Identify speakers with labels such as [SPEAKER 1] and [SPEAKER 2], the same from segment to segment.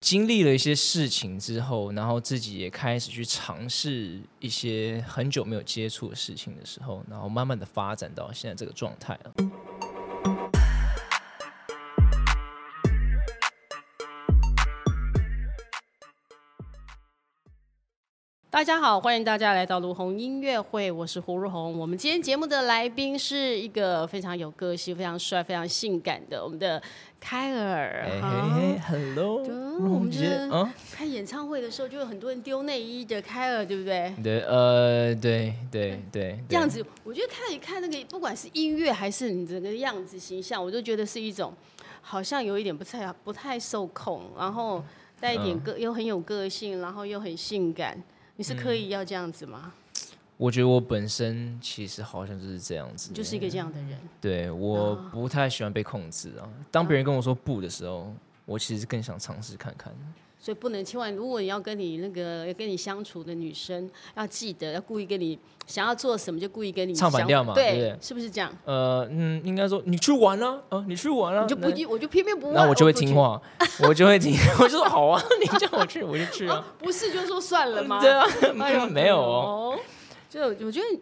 [SPEAKER 1] 经历了一些事情之后，然后自己也开始去尝试一些很久没有接触的事情的时候，然后慢慢的发展到现在这个状态了。
[SPEAKER 2] 嗯大家好，欢迎大家来到卢红音乐会，我是胡如红。我们今天节目的来宾是一个非常有个性、非常帅、非常性感的我们的凯尔。
[SPEAKER 1] 哎、
[SPEAKER 2] 好
[SPEAKER 1] 嘿嘿，Hello，
[SPEAKER 2] 嗯
[SPEAKER 1] 如
[SPEAKER 2] 我
[SPEAKER 1] 虹
[SPEAKER 2] 们觉
[SPEAKER 1] 姐
[SPEAKER 2] 得
[SPEAKER 1] 啊，
[SPEAKER 2] 开演唱会的时候，就有很多人丢内衣的凯尔，对不对？
[SPEAKER 1] 对，呃，对对对，
[SPEAKER 2] 这样
[SPEAKER 1] 对
[SPEAKER 2] 子，我觉得看一看那个，不管是音乐还是你整个样子形象，我都觉得是一种好像有一点不太不太受控，然后带一点
[SPEAKER 1] 嗯
[SPEAKER 2] 个、又很有个性，然后又很性感。你是刻意要这样子吗？
[SPEAKER 1] 我觉得我本身其实好像就是这样子，
[SPEAKER 2] 你就是一个这啊样的人。
[SPEAKER 1] 对，我不太喜欢被控制啊。当别人跟我说不的时
[SPEAKER 2] 嗯
[SPEAKER 1] 候，我其实更想尝试看看。
[SPEAKER 2] 所以不能，千万如果你要跟你那个要跟你相处的女生，要记得要故意跟你想要做什么就故意跟你
[SPEAKER 1] 唱反
[SPEAKER 2] 相
[SPEAKER 1] 调嘛
[SPEAKER 2] 对，
[SPEAKER 1] 对不对
[SPEAKER 2] 是不是这样？
[SPEAKER 1] 呃，嗯，应该说你去玩啊，啊，你去玩啊，
[SPEAKER 2] 我就不
[SPEAKER 1] 那
[SPEAKER 2] 去，我就偏偏不问，
[SPEAKER 1] 那我就会
[SPEAKER 2] 不去
[SPEAKER 1] 听。话，我就会听， 我就说好啊，你叫我去我就去啊，
[SPEAKER 2] 不是就说算了吗？
[SPEAKER 1] 对啊
[SPEAKER 2] 哎呦，，
[SPEAKER 1] 没有哦，
[SPEAKER 2] 哦。就我觉得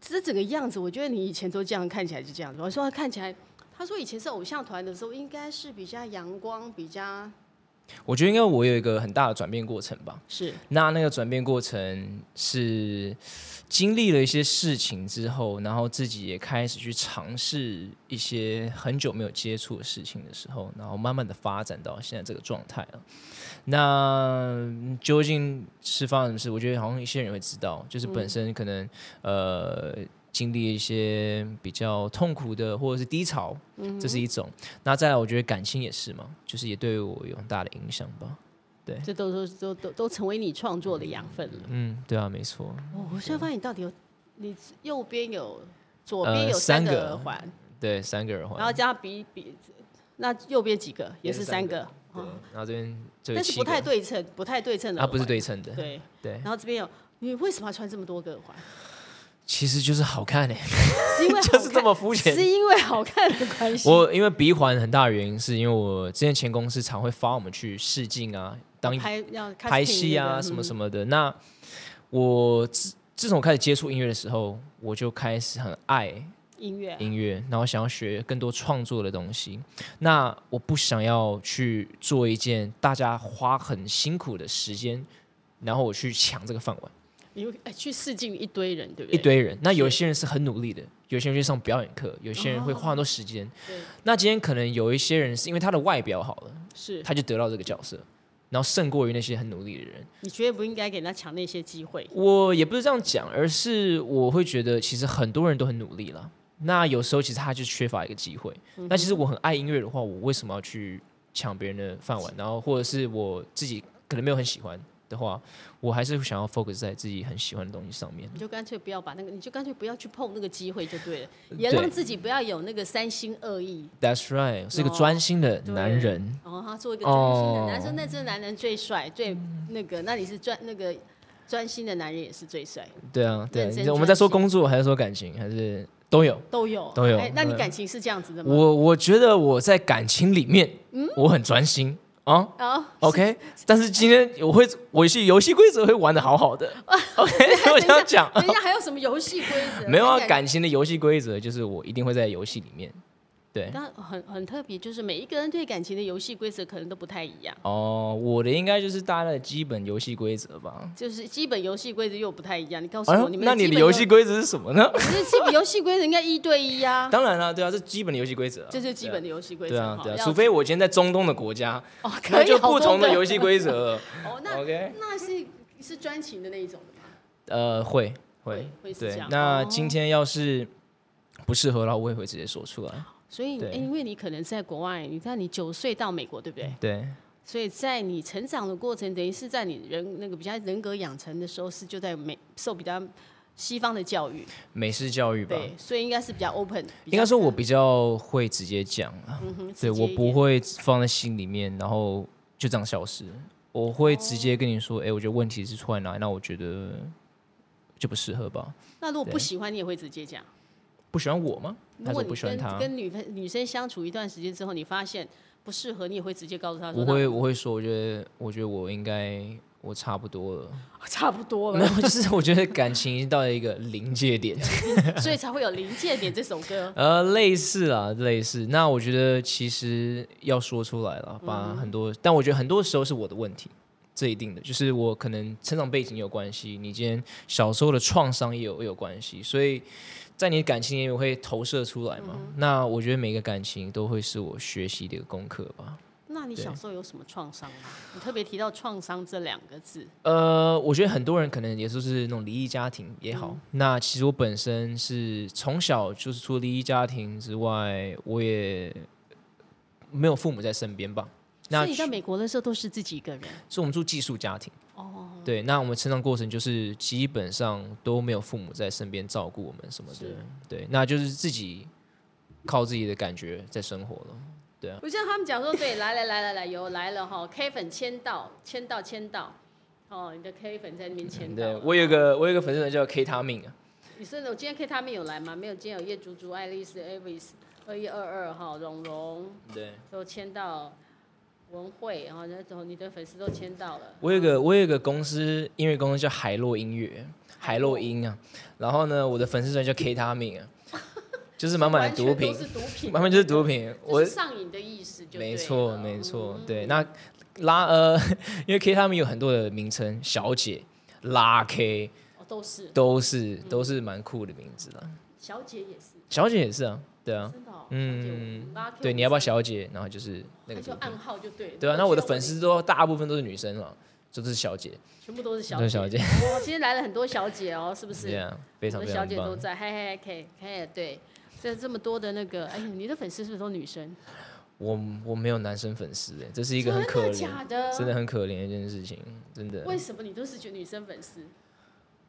[SPEAKER 2] 这整个样子，我觉得你以前都这样，看起来就这样子。我说看起来，他说以前是偶像团的时候，应该是比较阳光，比较
[SPEAKER 1] 我觉得应该我有一个很大的转变过程吧。
[SPEAKER 2] 是
[SPEAKER 1] 那那个转变过程是经历了一些事情之后，然后自己也开始去尝试一些很久没有接触的事情的时候，然后慢慢的发展到现在这个状态了。那嗯究竟是发生什么事？我觉得好像一些人会知道，就是本身可能、呃经历一些比较痛苦的或者是低潮，这是一种。那再来，我觉得感情也是嘛，就是也对我有很大的影响吧。
[SPEAKER 2] 这都都都都都成为你创作的养分了。
[SPEAKER 1] 嗯，对啊，没错。
[SPEAKER 2] 哦，我现在发现你到底有你右边有左边
[SPEAKER 1] 呃
[SPEAKER 2] 有
[SPEAKER 1] 三
[SPEAKER 2] 个
[SPEAKER 1] 个哦
[SPEAKER 2] 耳环，
[SPEAKER 1] 对，三个耳环，
[SPEAKER 2] 然后加上鼻鼻，那右边几个也
[SPEAKER 1] 也
[SPEAKER 2] 是
[SPEAKER 1] 是
[SPEAKER 2] 三
[SPEAKER 1] 三
[SPEAKER 2] 个，
[SPEAKER 1] 对
[SPEAKER 2] 哦，
[SPEAKER 1] 然后这边就有
[SPEAKER 2] 但是
[SPEAKER 1] 七
[SPEAKER 2] 不
[SPEAKER 1] 个
[SPEAKER 2] 太，对称，不太对称的
[SPEAKER 1] 它
[SPEAKER 2] 耳环，
[SPEAKER 1] 不是对称的，
[SPEAKER 2] 对。
[SPEAKER 1] 对
[SPEAKER 2] 然，后这边有你为什么要穿这么多 个耳环？
[SPEAKER 1] 其实就是好看 诶，
[SPEAKER 2] 是因为
[SPEAKER 1] 就
[SPEAKER 2] 好
[SPEAKER 1] 是
[SPEAKER 2] 看
[SPEAKER 1] 这么肤
[SPEAKER 2] 是
[SPEAKER 1] 浅。
[SPEAKER 2] 因为好看的关系。
[SPEAKER 1] 我因为鼻环很大的原因，是因为我之前前公司常会发我们去试镜啊，当
[SPEAKER 2] 哦拍要
[SPEAKER 1] 拍戏
[SPEAKER 2] 嗯
[SPEAKER 1] 啊什么什么的。那我自自从我开始接触音乐的时候，我就开始很爱
[SPEAKER 2] 么音乐，
[SPEAKER 1] 音乐，然后想要学更多创作的东西。那我不想要去做一件大家花很辛苦的时间，然后我去抢这个饭碗。
[SPEAKER 2] 你会哎去试镜一堆人，对不
[SPEAKER 1] 一
[SPEAKER 2] 对？
[SPEAKER 1] 堆人。那有
[SPEAKER 2] 是哦
[SPEAKER 1] 些人是很努力的，有些人去上表演课，有些人会花很多时间。
[SPEAKER 2] 对
[SPEAKER 1] 那今天可能有一些人是因为他的外表好了，
[SPEAKER 2] 是，
[SPEAKER 1] 他就得到这个角色，然后胜过于那些很努力的人。
[SPEAKER 2] 你绝对不应该给他抢那些机会。
[SPEAKER 1] 我也不是这样讲，而是我会觉得其实很多人都很努力了。那有时候其实他就缺乏一个机会。
[SPEAKER 2] 嗯
[SPEAKER 1] 那其实我很爱音乐的话，我为什么要去抢别人的饭碗？然后或者是我自己可能没有很喜欢的话，我还是想要 focus 在自己很喜欢的东西上面。
[SPEAKER 2] 你就干脆不要把那个，你就干脆不要去碰那个机会就对了，
[SPEAKER 1] 对
[SPEAKER 2] 也让自己不要有那个三心二意。
[SPEAKER 1] That's right，我是一个
[SPEAKER 2] 哦
[SPEAKER 1] 专心的
[SPEAKER 2] 对
[SPEAKER 1] 男人。
[SPEAKER 2] 然后他做一个专心的
[SPEAKER 1] 哦
[SPEAKER 2] 男生，那这男人最帅，最那个，那你是专那个专心的男人也是最帅，
[SPEAKER 1] 对啊，对啊
[SPEAKER 2] 认真
[SPEAKER 1] 你我们在
[SPEAKER 2] 专
[SPEAKER 1] 说
[SPEAKER 2] 心
[SPEAKER 1] 工作，还是说感情，还是都有。
[SPEAKER 2] 都有
[SPEAKER 1] 都有
[SPEAKER 2] 哎，那你
[SPEAKER 1] 对
[SPEAKER 2] 感情是这样子的吗？
[SPEAKER 1] 我我觉得我在感情里面，
[SPEAKER 2] 嗯
[SPEAKER 1] 我很专心啊。
[SPEAKER 2] 啊，
[SPEAKER 1] OK，但是今天我会，我是游戏规则会玩的好好的。OK，我
[SPEAKER 2] 等一下
[SPEAKER 1] 想讲，
[SPEAKER 2] 等一下还有什么游戏规则？
[SPEAKER 1] 没有啊，
[SPEAKER 2] 还
[SPEAKER 1] 感情的游戏规则就是我一定会在游戏里面。对，
[SPEAKER 2] 但很很特别，就是每一个人对感情的游戏规则可能都不太一样，
[SPEAKER 1] 哦，我的应该就是大家的基本游戏规则吧。
[SPEAKER 2] 就是基本游戏规则又不太一样。你告诉
[SPEAKER 1] 哎
[SPEAKER 2] 我，
[SPEAKER 1] 呦
[SPEAKER 2] 你们
[SPEAKER 1] 那你的游戏，规则是什么呢？
[SPEAKER 2] 可是基本游戏规则应该一对一啊，
[SPEAKER 1] 当然了，对啊，这基本的游戏规则啊，
[SPEAKER 2] 这是基本的游戏规则
[SPEAKER 1] 对啊，
[SPEAKER 2] 哈
[SPEAKER 1] 对啊，
[SPEAKER 2] 要
[SPEAKER 1] 除非我今天在中东的国家，
[SPEAKER 2] 哦，可
[SPEAKER 1] 那
[SPEAKER 2] 以
[SPEAKER 1] 就
[SPEAKER 2] 好
[SPEAKER 1] 不
[SPEAKER 2] 多
[SPEAKER 1] 同的
[SPEAKER 2] 个
[SPEAKER 1] 游戏规则了。
[SPEAKER 2] 哦，那
[SPEAKER 1] OK
[SPEAKER 2] 那是是专情的那一种的吗？
[SPEAKER 1] 呃，会会
[SPEAKER 2] 会是这
[SPEAKER 1] 对
[SPEAKER 2] 样。
[SPEAKER 1] 那
[SPEAKER 2] 哦
[SPEAKER 1] 今天要是不适合的话，我也会直接说出来。
[SPEAKER 2] 所以你，
[SPEAKER 1] 对
[SPEAKER 2] 哎因为你可能在国外，你看你九岁到美国，对不对？
[SPEAKER 1] 对，
[SPEAKER 2] 所以在你成长的过程，等于是在你人那个比较人格养成的时候，是就在美受比较西方的教育，
[SPEAKER 1] 美式教育吧，
[SPEAKER 2] 对，所以应该是比较 open，比较
[SPEAKER 1] 应该说我比较会直接讲啊，
[SPEAKER 2] 嗯哼，
[SPEAKER 1] 对
[SPEAKER 2] 直接
[SPEAKER 1] 我
[SPEAKER 2] 一
[SPEAKER 1] 不
[SPEAKER 2] 点
[SPEAKER 1] 会放在心里面，然后就这样消失。我会直
[SPEAKER 2] 哦
[SPEAKER 1] 接跟你说，哎、我觉得问题是出在哪里，那我觉得就不适合吧。
[SPEAKER 2] 那如果不喜欢，你也会直接讲。
[SPEAKER 1] 不喜欢我吗？
[SPEAKER 2] 如
[SPEAKER 1] 还是
[SPEAKER 2] 果
[SPEAKER 1] 我
[SPEAKER 2] 你
[SPEAKER 1] 不喜欢
[SPEAKER 2] 跟
[SPEAKER 1] 他？
[SPEAKER 2] 跟女朋女生相处一段时间之后，你发现不适合，你也会直接告诉他说，
[SPEAKER 1] 我会我会说，我觉得我觉得我应该我差不多了，
[SPEAKER 2] 那啊差不多
[SPEAKER 1] 没
[SPEAKER 2] 了，
[SPEAKER 1] 有，就是我觉得感情已经到了一个临界点，
[SPEAKER 2] 所以才会有《临界点》这首 歌。
[SPEAKER 1] 呃，类似啊，类似。那我觉得其实要说出来了，把很多，但我觉得很多时候是我的问题，这一定的，就是我可能成长背景有关系，你今天小时候的创伤也有也有关系，所以在你的感情里面会投射出来嘛。那我觉得每个感情都会是我学习的一个功课吧。
[SPEAKER 2] 那你小时候有什么创伤吗？你特别提到“创伤”这两个字，
[SPEAKER 1] 呃，我觉得很多人可能也就是那种离异家庭也好。
[SPEAKER 2] 嗯
[SPEAKER 1] 那其实我本身是从小就是除了离异家庭之外，我也没有父母在身边吧。那
[SPEAKER 2] 所以你在美国的时候都是自己一个人
[SPEAKER 1] 是我们住寄宿家庭，
[SPEAKER 2] 哦。
[SPEAKER 1] 对。那我们成长过程就是基本上都没有父母在身边照顾我们什么的
[SPEAKER 2] 是，
[SPEAKER 1] 对。那就是自己靠自己的感觉在生活了。
[SPEAKER 2] 我像他们讲说，对，来来来来来，有来了哈，K 粉签到，签到，签到，哦，你的 K 粉在那边签到
[SPEAKER 1] 对
[SPEAKER 2] 了。
[SPEAKER 1] 我有一个我有一个粉丝团叫 K 他命啊，
[SPEAKER 2] 你是我今天 K 他们有来吗？没有，今天有叶竹竹、爱丽丝、Avis、二一二二哈、蓉蓉
[SPEAKER 1] 对。
[SPEAKER 2] 都签到，文慧，然后那种你的粉丝都签到了。
[SPEAKER 1] 我有一个我有一个公司音乐公司叫海洛音乐，海洛音啊。然后呢，我的粉丝团叫 K 他命啊，就是满满的毒品
[SPEAKER 2] 完全，都是毒品，
[SPEAKER 1] 满满就是毒品。
[SPEAKER 2] 就
[SPEAKER 1] 我
[SPEAKER 2] 是上瘾的意思就对了，
[SPEAKER 1] 没错没错，
[SPEAKER 2] 嗯
[SPEAKER 1] 对。那拉呃，因为 K 他们有很多的名称，小姐、拉 K
[SPEAKER 2] 哦都是
[SPEAKER 1] 都是
[SPEAKER 2] 嗯
[SPEAKER 1] 都是蛮酷的名字啦。
[SPEAKER 2] 小姐也是，
[SPEAKER 1] 小姐也是啊，对啊，
[SPEAKER 2] 真的、哦，
[SPEAKER 1] 嗯
[SPEAKER 2] 小姐我拉 Q
[SPEAKER 1] 对，你要不要小姐？然后就是那
[SPEAKER 2] 那
[SPEAKER 1] 个
[SPEAKER 2] 就
[SPEAKER 1] 毒品，
[SPEAKER 2] 暗号就对了，
[SPEAKER 1] 对啊。那我的粉
[SPEAKER 2] 觉得
[SPEAKER 1] 丝都大部分都是女生了，就是小姐，
[SPEAKER 2] 全部都是小
[SPEAKER 1] 都是小姐
[SPEAKER 2] 哇，今天来了很多小姐哦，是不是？
[SPEAKER 1] 这样啊非常
[SPEAKER 2] 我
[SPEAKER 1] 非
[SPEAKER 2] 的小
[SPEAKER 1] 常
[SPEAKER 2] 姐
[SPEAKER 1] 棒
[SPEAKER 2] 都。在，嗨嗨嗨，K K，对，这这么多的那个，哎呦，你的粉丝是不是都女生？
[SPEAKER 1] 我我没有男生粉丝哎，这是一个很可
[SPEAKER 2] 真的
[SPEAKER 1] 怜，
[SPEAKER 2] 假的？
[SPEAKER 1] 真的。很可怜的一件事情，真的。
[SPEAKER 2] 为什么你都是觉得女生粉丝？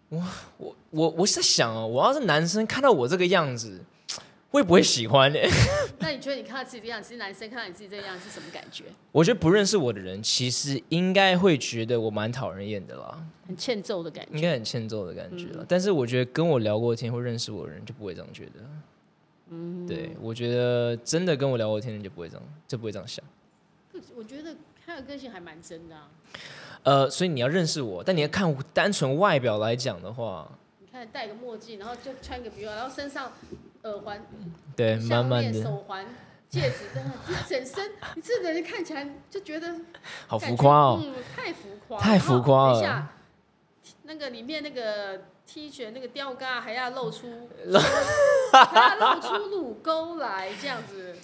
[SPEAKER 1] 我我我是在想哦，我要是男生看到我这个样子，会不会喜欢呢？欸
[SPEAKER 2] 那你觉得你看到自己这样，其实男生看到你自己这样是什么感觉？
[SPEAKER 1] 我觉得不认识我的人，其实应该会觉得我蛮讨人厌的啦，
[SPEAKER 2] 很欠揍的感觉。
[SPEAKER 1] 应该很欠揍的感觉
[SPEAKER 2] 嗯
[SPEAKER 1] 了。但是我觉得跟我聊过天或认识我的人就不会这样觉得。嗯，对，我觉得真的跟我聊过天的人就不会这样，就不会这样想。
[SPEAKER 2] 我觉得他的个性还蛮真的、啊。
[SPEAKER 1] 呃，所以你要认识我，但你要看我单纯外表来讲的话，
[SPEAKER 2] 你看，戴个墨镜，然后就穿个比较，然后身上耳环、
[SPEAKER 1] 对，慢
[SPEAKER 2] 项
[SPEAKER 1] 慢
[SPEAKER 2] 链、
[SPEAKER 1] 的，
[SPEAKER 2] 手环、戒指，真的，这整身，你这人看起来就觉得
[SPEAKER 1] 好
[SPEAKER 2] 感
[SPEAKER 1] 浮
[SPEAKER 2] 觉
[SPEAKER 1] 夸哦。
[SPEAKER 2] 嗯，太浮夸，
[SPEAKER 1] 太浮夸了
[SPEAKER 2] 然后等一下。那个里面那个 T 恤那个吊嘎还要露出，还要露出乳沟来，这样 子，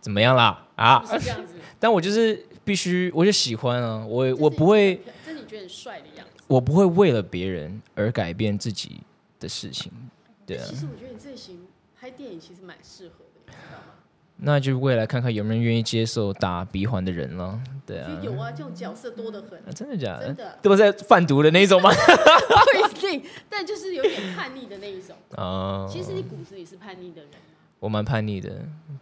[SPEAKER 1] 怎么样啦？啊！
[SPEAKER 2] 不是这样子。
[SPEAKER 1] 但我就是必须，我就喜欢啊，我
[SPEAKER 2] 这
[SPEAKER 1] 我
[SPEAKER 2] 是
[SPEAKER 1] 不会，
[SPEAKER 2] 这是你觉得很帅的样子。
[SPEAKER 1] 我不会为了别人而改变自己的事情，对啊
[SPEAKER 2] 其。实我觉得你这型拍电影其实蛮适合的，你知道吗？
[SPEAKER 1] 那就未来看看有没有人愿意接受打鼻环的人了，对啊。
[SPEAKER 2] 其实有啊，这种角色多得很，
[SPEAKER 1] 啊真的假的？
[SPEAKER 2] 真的
[SPEAKER 1] 这不是在贩毒的那一种 吗？
[SPEAKER 2] 不一定， 但就是有点叛逆的那一种。
[SPEAKER 1] 啊，
[SPEAKER 2] 其实你骨子里是叛逆的人，
[SPEAKER 1] 我蛮叛逆的，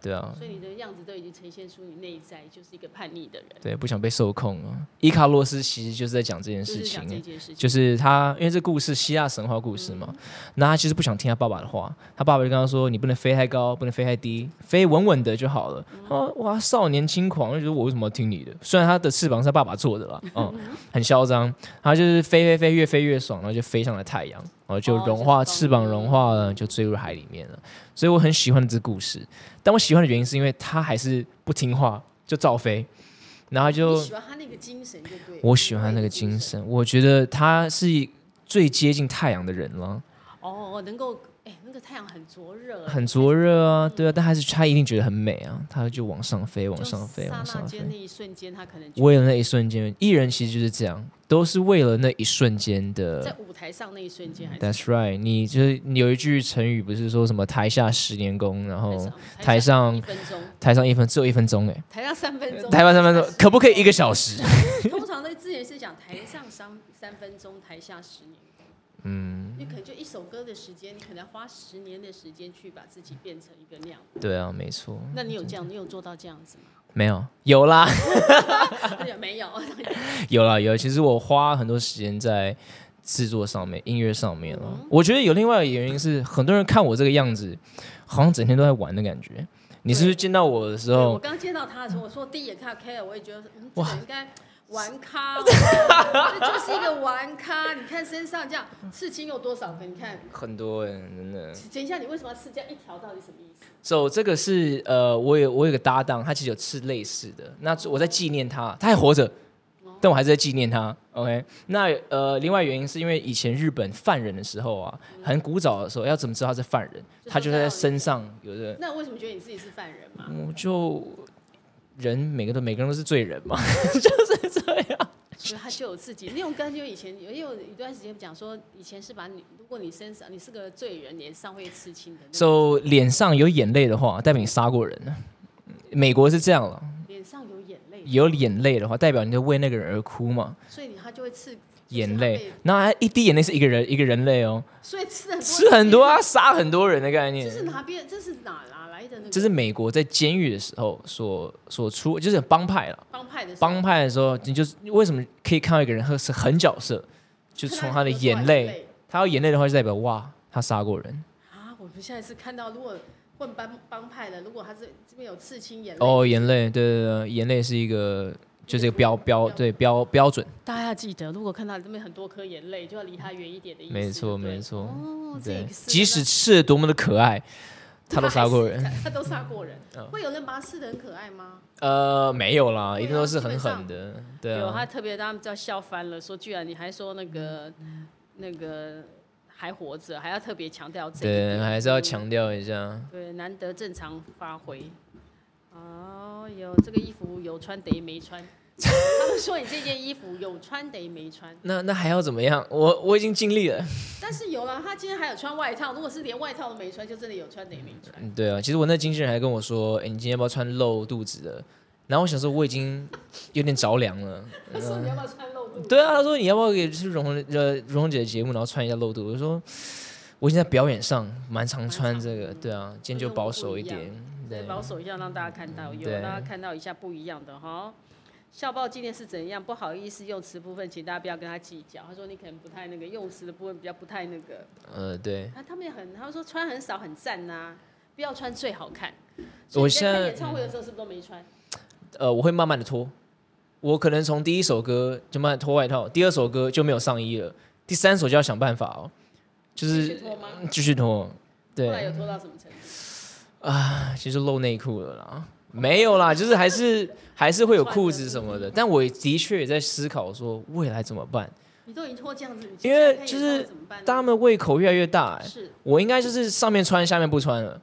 [SPEAKER 1] 对啊，
[SPEAKER 2] 所以你的样子都已经呈现出你内在就是一个叛逆的人。
[SPEAKER 1] 对，不想被受控啊。伊卡洛斯其实就是在讲这件
[SPEAKER 2] 就
[SPEAKER 1] 事
[SPEAKER 2] 是
[SPEAKER 1] 情
[SPEAKER 2] 讲
[SPEAKER 1] 啊
[SPEAKER 2] 这，件事情。嗯
[SPEAKER 1] 就是他，因为这故事希腊神话故事嘛，那他其实不想听他爸爸的话，他爸爸就跟他说：“你不能飞太高，不能飞太低，飞稳稳的就好了。
[SPEAKER 2] 嗯
[SPEAKER 1] 他说：“哇，少年轻狂，就觉得我为什么要听你的？虽然他的翅膀是他爸爸做的 啦，嗯，很嚣张，他就是飞飞飞，越飞越爽，然后就飞上了太阳，然后就
[SPEAKER 2] 哦
[SPEAKER 1] 融化、
[SPEAKER 2] 就是
[SPEAKER 1] 翅膀融化了，就坠入海里面
[SPEAKER 2] 嗯
[SPEAKER 1] 了。所以我很喜欢这故事，但我喜欢的原因是因为他还是不听话，就照飞，然后他就
[SPEAKER 2] 你喜欢他那个精神，就对了。
[SPEAKER 1] 我喜欢他那个精神，我觉得他是最接近太阳的人了，
[SPEAKER 2] 哦，我能够哎，那个太阳很灼热，
[SPEAKER 1] 很灼热啊，对啊，但还是他一定觉得很美啊，他就往上飞，
[SPEAKER 2] 就
[SPEAKER 1] 往上飞，
[SPEAKER 2] 刹
[SPEAKER 1] 往
[SPEAKER 2] 那
[SPEAKER 1] 上
[SPEAKER 2] 间
[SPEAKER 1] 飞。
[SPEAKER 2] 那一瞬间，他可能就
[SPEAKER 1] 为了那一瞬间，艺人其实就是这样，都是为了那一瞬间
[SPEAKER 2] 在
[SPEAKER 1] 的。
[SPEAKER 2] 舞台上那一瞬间，还是
[SPEAKER 1] That's right，你就是你有一句成语，不是说什么台下十年功，然
[SPEAKER 2] 台
[SPEAKER 1] 后
[SPEAKER 2] 上
[SPEAKER 1] 台
[SPEAKER 2] 一
[SPEAKER 1] 上
[SPEAKER 2] 分钟，
[SPEAKER 1] 台上一分只有一分钟哎，
[SPEAKER 2] 台上三分钟，
[SPEAKER 1] 台湾三分钟
[SPEAKER 2] 台下
[SPEAKER 1] 可不可以一个小时？
[SPEAKER 2] 通常的字眼是讲台上三三分钟，台下十年。嗯，你可能就一首歌的时间，你可能要花十年的时间去把自己变成一个那样。
[SPEAKER 1] 对啊，没错，
[SPEAKER 2] 那你有这样，你有做到这样子吗？
[SPEAKER 1] 没有有啦，
[SPEAKER 2] 他讲 没有，
[SPEAKER 1] 有啦有啦，其实我花很多时间在制作上面、音乐上面了。我觉得有另外一个原因是，很多人看我这个样子，好像整天都在玩的感觉。你是不是见到我的时
[SPEAKER 2] 对我
[SPEAKER 1] 候，
[SPEAKER 2] 刚见到他的时候，我说第一眼看到 K，我也觉得，嗯，这
[SPEAKER 1] 哦哇
[SPEAKER 2] 个应该玩咖哦，这就是一个玩咖。你看身上这样刺青有多少个？你看，
[SPEAKER 1] 很多人真的。
[SPEAKER 2] 等一下，你为什么要刺这样一条？到底什么意思？
[SPEAKER 1] so, 这个是呃，我有我有个搭档，他其实有吃类似的。那我在纪念他，他还活着，但我还是在纪念他。OK，那呃，另外原因是因为以前日本犯人的时候啊，很古早的时候，要怎么知道他是犯人？
[SPEAKER 2] 就
[SPEAKER 1] 他就
[SPEAKER 2] 说
[SPEAKER 1] 在
[SPEAKER 2] 他有
[SPEAKER 1] 身上有的，
[SPEAKER 2] 那为什么觉得你自己是犯人嘛？
[SPEAKER 1] 我就人每个都每个人都是罪人嘛。
[SPEAKER 2] 所以他就有自己那种感觉。以前也有一段时间讲说，以前是把你，如果你身上你是个罪人，脸上会刺青的那种，
[SPEAKER 1] so, 脸上有眼泪的话，代表你杀过人了。啊美国是这样了，
[SPEAKER 2] 脸上有眼泪，
[SPEAKER 1] 有眼泪的话，代表你在为那个人而哭嘛。
[SPEAKER 2] 所以你他就会刺
[SPEAKER 1] 眼泪，，那一滴眼泪是一个人一个人类哦，
[SPEAKER 2] 就是他被所以刺很多
[SPEAKER 1] 吃很多啊，杀很多人的概
[SPEAKER 2] 这
[SPEAKER 1] 念。
[SPEAKER 2] 是哪边？这是哪哪来的那个？
[SPEAKER 1] 这是美国在监狱的时候所所出，就是帮派了。
[SPEAKER 2] 帮派的时候
[SPEAKER 1] 帮派的时候，你就是为什么可以看到一个人很很角色，就从他的眼泪，他有眼泪的话就代表哇，他杀过人。
[SPEAKER 2] 啊！我们下一次看到，如果混帮帮派的，如果他这这边有刺青眼泪，
[SPEAKER 1] 哦，眼泪，对对对，眼泪是一个就是一个标标对标标准，
[SPEAKER 2] 大家要记得，如果看到这边很多颗眼泪，就要离他远一点的意思。
[SPEAKER 1] 没错
[SPEAKER 2] 对不对
[SPEAKER 1] 没错
[SPEAKER 2] 哦，这
[SPEAKER 1] 对
[SPEAKER 2] 也，是
[SPEAKER 1] 即使吃的多么的可爱，他都杀过人。 嗯
[SPEAKER 2] 他还是，他都杀过人。会有人把他刺的很可爱吗？
[SPEAKER 1] 呃，没有啦，
[SPEAKER 2] 对啊
[SPEAKER 1] 一定都是很狠的，对
[SPEAKER 2] 有，
[SPEAKER 1] 啊
[SPEAKER 2] 他，特别让他们叫笑翻了，说居然你还说那个那个还活着，还要特别强调这一
[SPEAKER 1] 对，
[SPEAKER 2] 点
[SPEAKER 1] 还是要
[SPEAKER 2] 嗯
[SPEAKER 1] 强调一下。
[SPEAKER 2] 对，难得正常发挥。哦，有这个衣服有穿得没穿？他们说你这件衣服有穿得没穿，
[SPEAKER 1] 那那还要怎么样？我我已经尽力了。
[SPEAKER 2] 但是有了，他今天还有穿外套。如果是连外套都没穿，就真的有穿得没穿。
[SPEAKER 1] 嗯，对啊，其实我那经纪人还跟我说：“哎、你今天要不要穿露肚子的？”然后我想说，我已经有点着凉了。
[SPEAKER 2] 他说你要不要穿露肚？
[SPEAKER 1] 对啊，他说你要不要给就是蓉呃蓉蓉姐的节目，然后穿一下露肚？我说我已经在表演上蛮常穿这个，对啊，今天就保守一点。
[SPEAKER 2] 对，
[SPEAKER 1] 对，
[SPEAKER 2] 保守一下，让大家看到，有
[SPEAKER 1] 对
[SPEAKER 2] 让大家看到一下不一样的哈。校报今天是怎样？不好意思，用词部分，请大家不要跟他计较。他说你可能不太那个，用词的部分比较不太那个。
[SPEAKER 1] 呃，对，
[SPEAKER 2] 啊他他们也很，他们说穿很少很赞呐、不要穿最好看。
[SPEAKER 1] 我
[SPEAKER 2] 所以你
[SPEAKER 1] 现
[SPEAKER 2] 看
[SPEAKER 1] 在
[SPEAKER 2] 演唱会的时候是不是都没穿？
[SPEAKER 1] 呃，我会慢慢的脱。我可能从第一首歌就慢慢脱外套，第二首歌就没有上衣了，第三首就要想办法哦，就
[SPEAKER 2] 继
[SPEAKER 1] 是
[SPEAKER 2] 续脱吗？
[SPEAKER 1] 继续脱。
[SPEAKER 2] 后来
[SPEAKER 1] 对，
[SPEAKER 2] 有脱到什么程度？
[SPEAKER 1] 其实露内裤了啦，没有啦，就是还是还是会有裤子什么的。但我的确也在思考说未来怎么办，
[SPEAKER 2] 你都已经脱这样子，你
[SPEAKER 1] 因为
[SPEAKER 2] 下一
[SPEAKER 1] 就
[SPEAKER 2] 个演唱
[SPEAKER 1] 是
[SPEAKER 2] 会怎么办呢？
[SPEAKER 1] 大家们胃口越来越大、哎，
[SPEAKER 2] 是
[SPEAKER 1] 我应该就是上面穿，下面不穿了。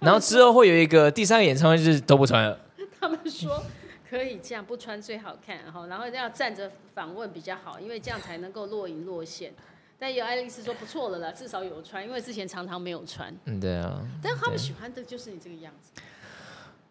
[SPEAKER 1] 然后之后会有一个第三个演唱会，就是都不穿了。
[SPEAKER 2] 他们说可以这样不穿最好看，然后然后要站着访问比较好，因为这样才能够若隐若现。但有爱丽丝说不错了啦，至少有穿，因为之前常常没有穿。
[SPEAKER 1] 嗯，对啊
[SPEAKER 2] 但他们喜欢的就是你这个样子，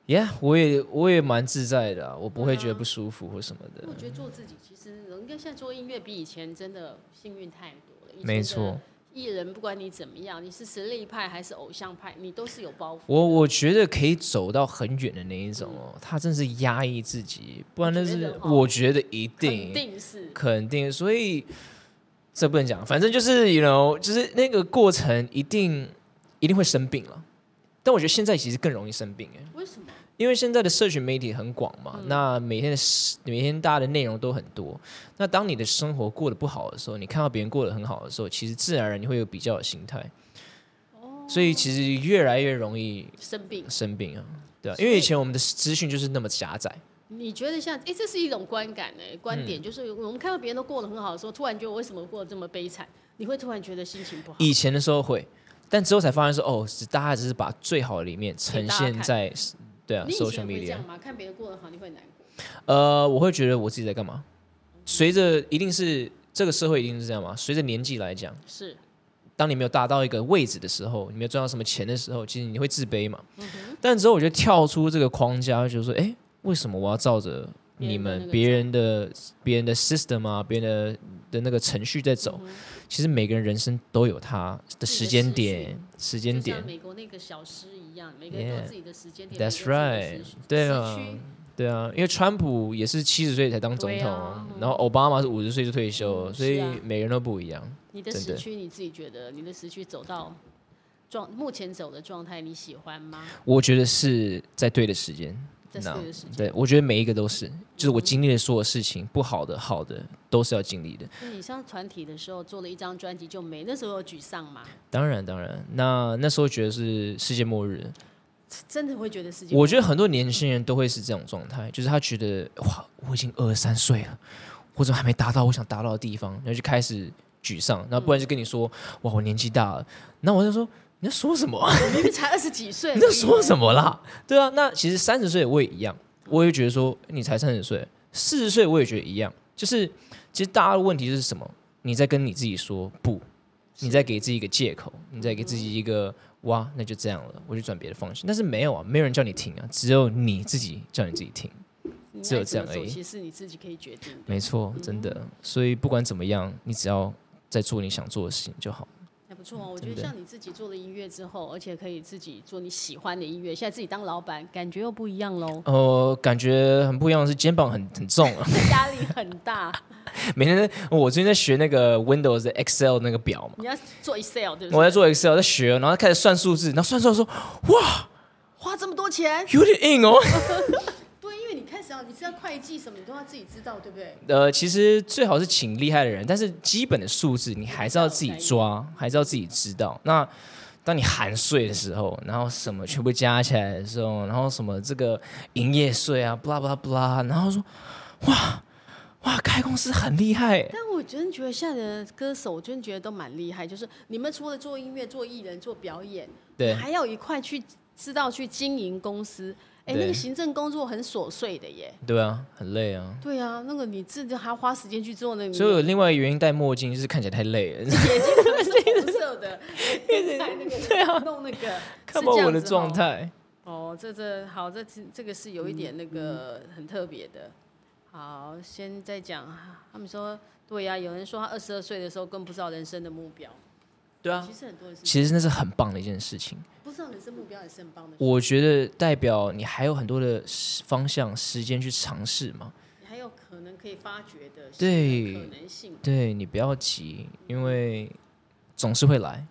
[SPEAKER 1] ，Yeah，我也我也蛮自在的啊、我不会觉得不舒服或什么的。
[SPEAKER 2] 我觉得做自己其实应该现在做音乐比以前真的幸运太多了。以前
[SPEAKER 1] 没
[SPEAKER 2] 的
[SPEAKER 1] 错，
[SPEAKER 2] 艺人不管你怎么样，你是实力派还是偶像派，你都是有包袱。
[SPEAKER 1] 我我觉得可以走到很远的那一种哦，他真是压抑自己，不然那
[SPEAKER 2] 你觉
[SPEAKER 1] 是
[SPEAKER 2] 得哦
[SPEAKER 1] 我觉得一定
[SPEAKER 2] 肯定是
[SPEAKER 1] 肯定，所以这不能讲，反正就是，you know，就是那个过程一定一定会生病了。但我觉得现在其实更容易生病，哎，
[SPEAKER 2] 为什么？
[SPEAKER 1] 因为现在的社群媒体很广嘛，
[SPEAKER 2] 嗯
[SPEAKER 1] 那每天的时每天大家的内容都很多。那当你的生活过得不好的时候，你看到别人过得很好的时候，其实自然而然你会有比较的心态，所以其实越来越容易
[SPEAKER 2] 生病？
[SPEAKER 1] 生病啊，对啊，
[SPEAKER 2] 所以
[SPEAKER 1] 因为以前我们的资讯就是那么狭窄，
[SPEAKER 2] 你觉得像哎、诶这是一种观感呢、观
[SPEAKER 1] 嗯
[SPEAKER 2] 点、就是我们看到别人都过得很好的时候，突然觉得我为什么过得这么悲惨？你会突然觉得心情不好。
[SPEAKER 1] 以前的时候会，但之后才发现说，哦，只大家只是把最好的一面呈现在对啊
[SPEAKER 2] 你以
[SPEAKER 1] ，social
[SPEAKER 2] 前会这
[SPEAKER 1] media
[SPEAKER 2] 样。吗？看别人过得好，你会难过？
[SPEAKER 1] 呃，我会觉得我自己在干嘛？随着一定是这个社会一定是这样嘛。随着年纪来讲，
[SPEAKER 2] 是，
[SPEAKER 1] 当你没有达到一个位置的时候，你没有赚到什么钱的时候，其实你会自卑嘛。
[SPEAKER 2] 嗯
[SPEAKER 1] 但之后我觉得跳出这个框架，就是说，哎，为什么我要照着你们别
[SPEAKER 2] 别
[SPEAKER 1] 人的别人的 system 啊，别人的的那个程序在
[SPEAKER 2] 嗯
[SPEAKER 1] 走？其实每个人人生都有他的时间点，时间
[SPEAKER 2] 就
[SPEAKER 1] 点
[SPEAKER 2] 像。美国那个小诗一样，每个人都有
[SPEAKER 1] Yeah
[SPEAKER 2] 自己的时间点。每个
[SPEAKER 1] That's
[SPEAKER 2] 人都有自己
[SPEAKER 1] right，
[SPEAKER 2] 的时
[SPEAKER 1] 对
[SPEAKER 2] 时
[SPEAKER 1] 啊
[SPEAKER 2] 区，
[SPEAKER 1] 对啊，因为川普也是七十岁才当总统、啊，
[SPEAKER 2] 对啊
[SPEAKER 1] 然后奥巴马是五十岁就退休了，
[SPEAKER 2] 嗯
[SPEAKER 1] 所以
[SPEAKER 2] 是啊
[SPEAKER 1] 每个人都不一样。
[SPEAKER 2] 你的
[SPEAKER 1] 真
[SPEAKER 2] 时
[SPEAKER 1] 的
[SPEAKER 2] 区你自己觉得，你的时区走到状目前走的状态，你喜欢吗？
[SPEAKER 1] 我觉得是在对的时间，
[SPEAKER 2] 在
[SPEAKER 1] 那
[SPEAKER 2] 对的时间
[SPEAKER 1] 对我觉得每一个都是，就是我经历的所有事情，不好的、好的，都是要经历的。
[SPEAKER 2] 那你上团体的时候做了一张专辑就没，那时候有沮丧吗？
[SPEAKER 1] 当然，当然，那那时候觉得是世界末日，
[SPEAKER 2] 真的会觉得世界末日，
[SPEAKER 1] 我觉得很多年轻人都会是这种状态，就是他觉得哇，我已经二十三岁了，我怎么还没达到我想达到的地方，然后就开始沮丧，那不然就跟你说哇，我年纪大了，那我就说你在说什么啊？
[SPEAKER 2] 我明明 才二十几岁而已，
[SPEAKER 1] 你在说什么啦？对啊，那其实三十岁我也一样，我也觉得说你才三十岁，四十岁我也觉得一样。就是其实大家的问题是什么？你在跟你自己说不，你在给自己一个借口，你在给自己一个哇，那就这样了，我就转别的方向。但是没有啊，没有人叫你停啊，只有你自己叫你自己停。
[SPEAKER 2] 你
[SPEAKER 1] 只有
[SPEAKER 2] 爱怎么
[SPEAKER 1] 这样而已
[SPEAKER 2] 走其实是你自己可以决定的，
[SPEAKER 1] 没错，真的。所以不管怎么样，你只要在做你想做的事情就好。
[SPEAKER 2] 还不错哦。我觉得
[SPEAKER 1] 真的，
[SPEAKER 2] 像你自己做了音乐之后，而且可以自己做你喜欢的音乐，现在自己当老板，感觉又不一样喽
[SPEAKER 1] 呃，感觉很不一样的是肩膀很很重啊。
[SPEAKER 2] 压力很大。
[SPEAKER 1] 每天在我最近在学那个 Windows 的 Excel 那个表嘛，
[SPEAKER 2] 你要做 Excel 对不对？
[SPEAKER 1] 我在做 Excel 在学，然后开始算数字，然后算算说
[SPEAKER 2] 花这么多钱，
[SPEAKER 1] 有点硬哦。
[SPEAKER 2] 对，因为你开始要你知道会计什么，你都要自己知道，对不对？
[SPEAKER 1] 呃，其实最好是请厉害的人，但是基本的数字你还是要自己
[SPEAKER 2] 哦
[SPEAKER 1] 抓，还是要自己知道。那当你含税的时候，然后什么全部加起来的时候，然后什么这个营业税啊，blah blah blah，然后说哇哇，开公司很厉害欸，
[SPEAKER 2] 但我真觉得现在的歌手，我真觉得都蛮厉害，就是你们除了做音乐、做艺人、做表演，
[SPEAKER 1] 对
[SPEAKER 2] 还有一块去知道去经营公司。哎，
[SPEAKER 1] 对
[SPEAKER 2] 那个行政工作很琐碎的耶。
[SPEAKER 1] 对啊，很累啊。
[SPEAKER 2] 对啊，那个你自己还要花时间去做那个，
[SPEAKER 1] 所以我有另外一个原因戴墨镜，就是看起来太累了。
[SPEAKER 2] 眼睛可能是红色的，在那个对啊，弄那个，
[SPEAKER 1] 看
[SPEAKER 2] 是
[SPEAKER 1] 不到
[SPEAKER 2] 这样
[SPEAKER 1] 我的
[SPEAKER 2] 子哦
[SPEAKER 1] 状。态。
[SPEAKER 2] 哦，这这好，这这个是有一点那个很特别的。好，先再讲，他们说对啊呀、有人说他二十二岁的时候更不知道人生的目标，
[SPEAKER 1] 对，啊
[SPEAKER 2] 其实很多人是
[SPEAKER 1] 其实那是很棒的一件事情。
[SPEAKER 2] 不知道人生目标也是很棒的，
[SPEAKER 1] 我觉得代表你还有很多的时方向、时间去尝试嘛。
[SPEAKER 2] 你还有可能可以发掘的新
[SPEAKER 1] 对
[SPEAKER 2] 的可能性。
[SPEAKER 1] 对你不要急，因为总是会来，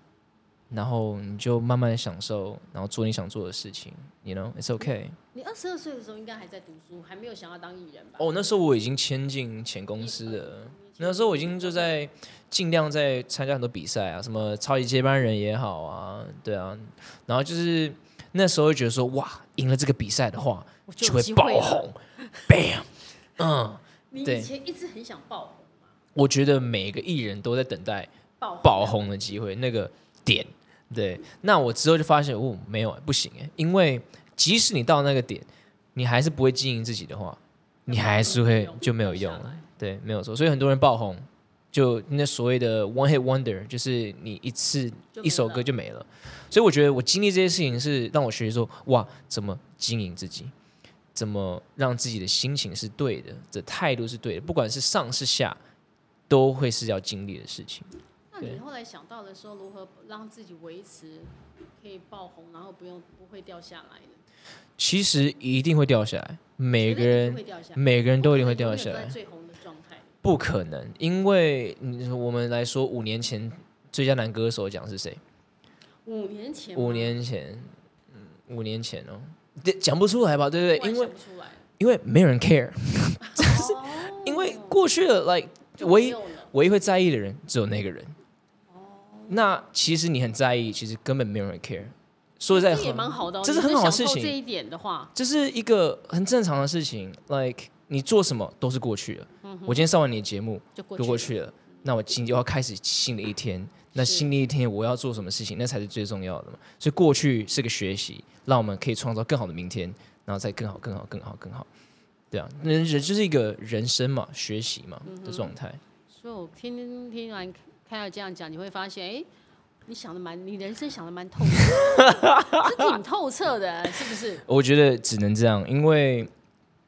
[SPEAKER 1] 然后你就慢慢享受，然后做你想做的事情。You know, it's okay.
[SPEAKER 2] 你二十二岁的时候应该还在读书，还没有想要当艺人吧？
[SPEAKER 1] 哦，那时候我已经签进前公司了。那时候我已经就在尽量在参加很多比赛啊，什么超级接班人也好啊，对啊。然后就是那时候就觉得说，哇，赢了这个比赛的话，
[SPEAKER 2] 我就
[SPEAKER 1] 就
[SPEAKER 2] 有
[SPEAKER 1] 会
[SPEAKER 2] 机
[SPEAKER 1] 爆
[SPEAKER 2] 会了
[SPEAKER 1] 红。Bam，嗯，
[SPEAKER 2] 你
[SPEAKER 1] 对
[SPEAKER 2] 以前一直很想爆红，
[SPEAKER 1] 我觉得每个艺人都在等待
[SPEAKER 2] 爆红
[SPEAKER 1] 爆红的机会，那个点。对，那我之后就发现，哦，没有，不行哎，因为即使你到那个点，你还是不会经营自己的话，你还是会就没有用了。对，没有错。所以很多人爆红，就那所谓的 one hit wonder，就是你一次
[SPEAKER 2] 就没了
[SPEAKER 1] 一首歌就没了。所以我觉得我经历这些事情是让我学习说，哇，怎么经营自己，怎么让自己的心情是对的，这态度是对的，不管是上是下，都会是要经历的事情。
[SPEAKER 2] 那你
[SPEAKER 1] 对
[SPEAKER 2] 后来想到的时候，如何让自己维持可以爆红，然后不用不会掉下来呢？
[SPEAKER 1] 其实一定会掉下来，每个
[SPEAKER 2] 绝对一定会
[SPEAKER 1] 人
[SPEAKER 2] 掉下来，
[SPEAKER 1] 每个人都一定会
[SPEAKER 2] 不可能
[SPEAKER 1] 掉下
[SPEAKER 2] 永远都
[SPEAKER 1] 来
[SPEAKER 2] 在，最红的状态。
[SPEAKER 1] 不可能，因为你我们来说，五年前最佳男歌手奖是谁？
[SPEAKER 2] 五年前吗，
[SPEAKER 1] 五年前，嗯，五年前哦，对讲不出来吧，对不对？
[SPEAKER 2] 突然
[SPEAKER 1] 因为
[SPEAKER 2] 想不 出来，
[SPEAKER 1] 因为没有人 care，
[SPEAKER 2] 哦
[SPEAKER 1] 因为过去的 like
[SPEAKER 2] 就没
[SPEAKER 1] 唯一
[SPEAKER 2] 有了
[SPEAKER 1] 唯一会在意的人只有那个人。
[SPEAKER 2] 哦
[SPEAKER 1] 那其实你很在意，其实根本没有人 care。说实在
[SPEAKER 2] 这也
[SPEAKER 1] 很
[SPEAKER 2] 蛮好的哦，
[SPEAKER 1] 这是
[SPEAKER 2] 你
[SPEAKER 1] 很
[SPEAKER 2] 就
[SPEAKER 1] 好的
[SPEAKER 2] 享
[SPEAKER 1] 事
[SPEAKER 2] 受
[SPEAKER 1] 情
[SPEAKER 2] 这一点的话，
[SPEAKER 1] 这是一个很正常的事情，like 你做什么都是过去了。
[SPEAKER 2] 嗯
[SPEAKER 1] 我今天上完你的节目，
[SPEAKER 2] 就过
[SPEAKER 1] 就过
[SPEAKER 2] 了
[SPEAKER 1] 去了。那我今天要开始新的一天，那
[SPEAKER 2] 是
[SPEAKER 1] 新的一天我要做什么事情，那才是最重要的嘛。所以过去是个学习，让我们可以创造更好的明天，然后再更好、更好、更好、更好。对啊，人人就是一个人生嘛，学习嘛
[SPEAKER 2] 嗯
[SPEAKER 1] 的状态。
[SPEAKER 2] 所以我听听完看到这样讲，你会发现，哎，你想的蛮，你人生想的蛮透彻 的，这挺透彻的，是不是？
[SPEAKER 1] 我觉得只能这样，因为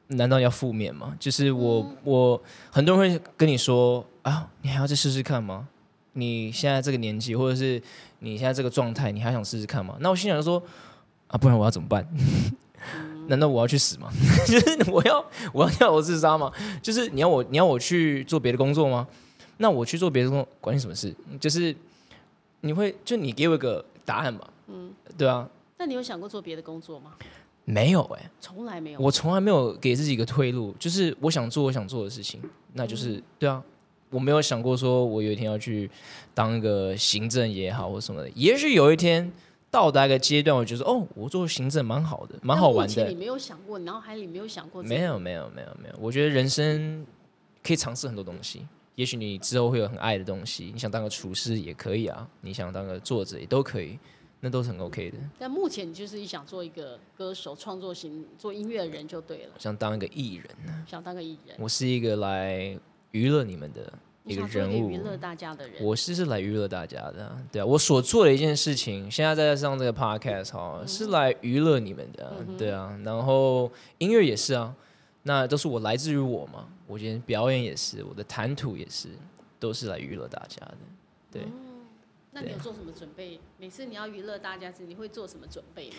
[SPEAKER 1] 难道要负面吗？就是我、我很多人会跟你说啊，你还要再试试看吗？你现在这个年纪，或者是你现在这个状态，你还想试试看吗？那我心想说啊，不然我要怎么办？难道我要去死吗？ 就是我要我要跳楼自杀吗？就是你要我你要我去做别的工作吗？那我去做别的工作，管你什么事？就是你会就你给我一个答案吧，嗯，对啊，
[SPEAKER 2] 那你有想过做别的工作吗？
[SPEAKER 1] 没有哎、
[SPEAKER 2] 从来没有。
[SPEAKER 1] 我从来没有给自己一个退路，就是我想做我想做的事情，那
[SPEAKER 2] 嗯
[SPEAKER 1] 就是、对啊，我没有想过说我有一天要去当一个行政也好或什么的，也许有一天到达一个阶段，我觉得说哦，我做行政蛮好的，蛮好玩
[SPEAKER 2] 但目前
[SPEAKER 1] 的
[SPEAKER 2] 你。没有想过，你脑海里没有想过。
[SPEAKER 1] 没。有没有没有没有，我觉得人生可以尝试很多东西，也许你之后会有很爱的东西，你想当个厨师也可以啊，你想当个作者也都可以，那都是很 OK 的。
[SPEAKER 2] 但目前你就是想做一个歌手、创作型、做音乐的人就对了，
[SPEAKER 1] 我想当一个艺人，
[SPEAKER 2] 想当个艺人，
[SPEAKER 1] 我是一个来娱乐你们的
[SPEAKER 2] 你
[SPEAKER 1] 一个
[SPEAKER 2] 想做
[SPEAKER 1] 人
[SPEAKER 2] 一个
[SPEAKER 1] 物。
[SPEAKER 2] 娱乐大家的人。
[SPEAKER 1] 我是是来娱乐大家的啊，对啊，我所做的一件事情，现在在上这个 podcast 哈、是来娱乐你们的啊、对啊，然后音乐也是啊，那都是我来自于我嘛，我今天表演也是，我的谈吐也是，都是来娱乐大家的，对。
[SPEAKER 2] 那你有做什么准备？每次你要娱乐大家时，你会做什么准备吗？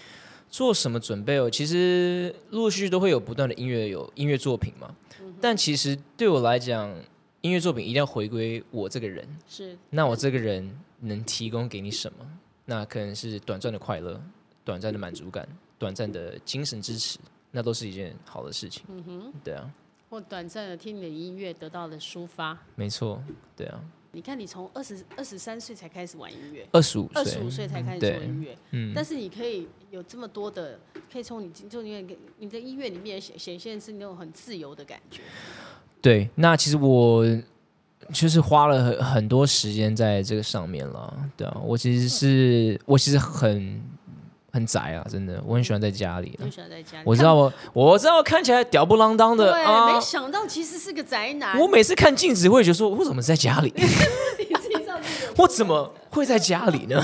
[SPEAKER 1] 做什么准备哦？其实陆续都会有不断的音乐有音乐作品嘛，但其实对我来讲，音乐作品一定要回归我这个人，
[SPEAKER 2] 是
[SPEAKER 1] 那我这个人能提供给你什么？那可能是短暂的快乐、短暂的满足感、短暂的精神支持，那都是一件好的事情。嗯哼，对啊，
[SPEAKER 2] 或短暂的听你的音乐得到的抒发。
[SPEAKER 1] 没错，对啊，
[SPEAKER 2] 你看，你从二十二十三岁才开始玩音乐，
[SPEAKER 1] 二十五
[SPEAKER 2] 二十五
[SPEAKER 1] 岁，
[SPEAKER 2] 岁才开始
[SPEAKER 1] 对
[SPEAKER 2] 做音乐，
[SPEAKER 1] 嗯，
[SPEAKER 2] 但是你可以有这么多的，可以从你就你的你的音乐里面显显现是那种很自由的感觉。
[SPEAKER 1] 对，那其实我就是花了很很多时间在这个上面了，对啊，我其实是我其实很很宅啊，真的，我很喜欢在家里、
[SPEAKER 2] 你
[SPEAKER 1] 啊
[SPEAKER 2] 很。喜欢在家里，
[SPEAKER 1] 我知道我我知道我看起来吊不啷当
[SPEAKER 2] 看对，
[SPEAKER 1] 的啊
[SPEAKER 2] 没，啊想到其实是个宅男。
[SPEAKER 1] 我每次看镜子会觉得说，我怎么在家里？
[SPEAKER 2] 你自己上去
[SPEAKER 1] 我怎么会在家里呢？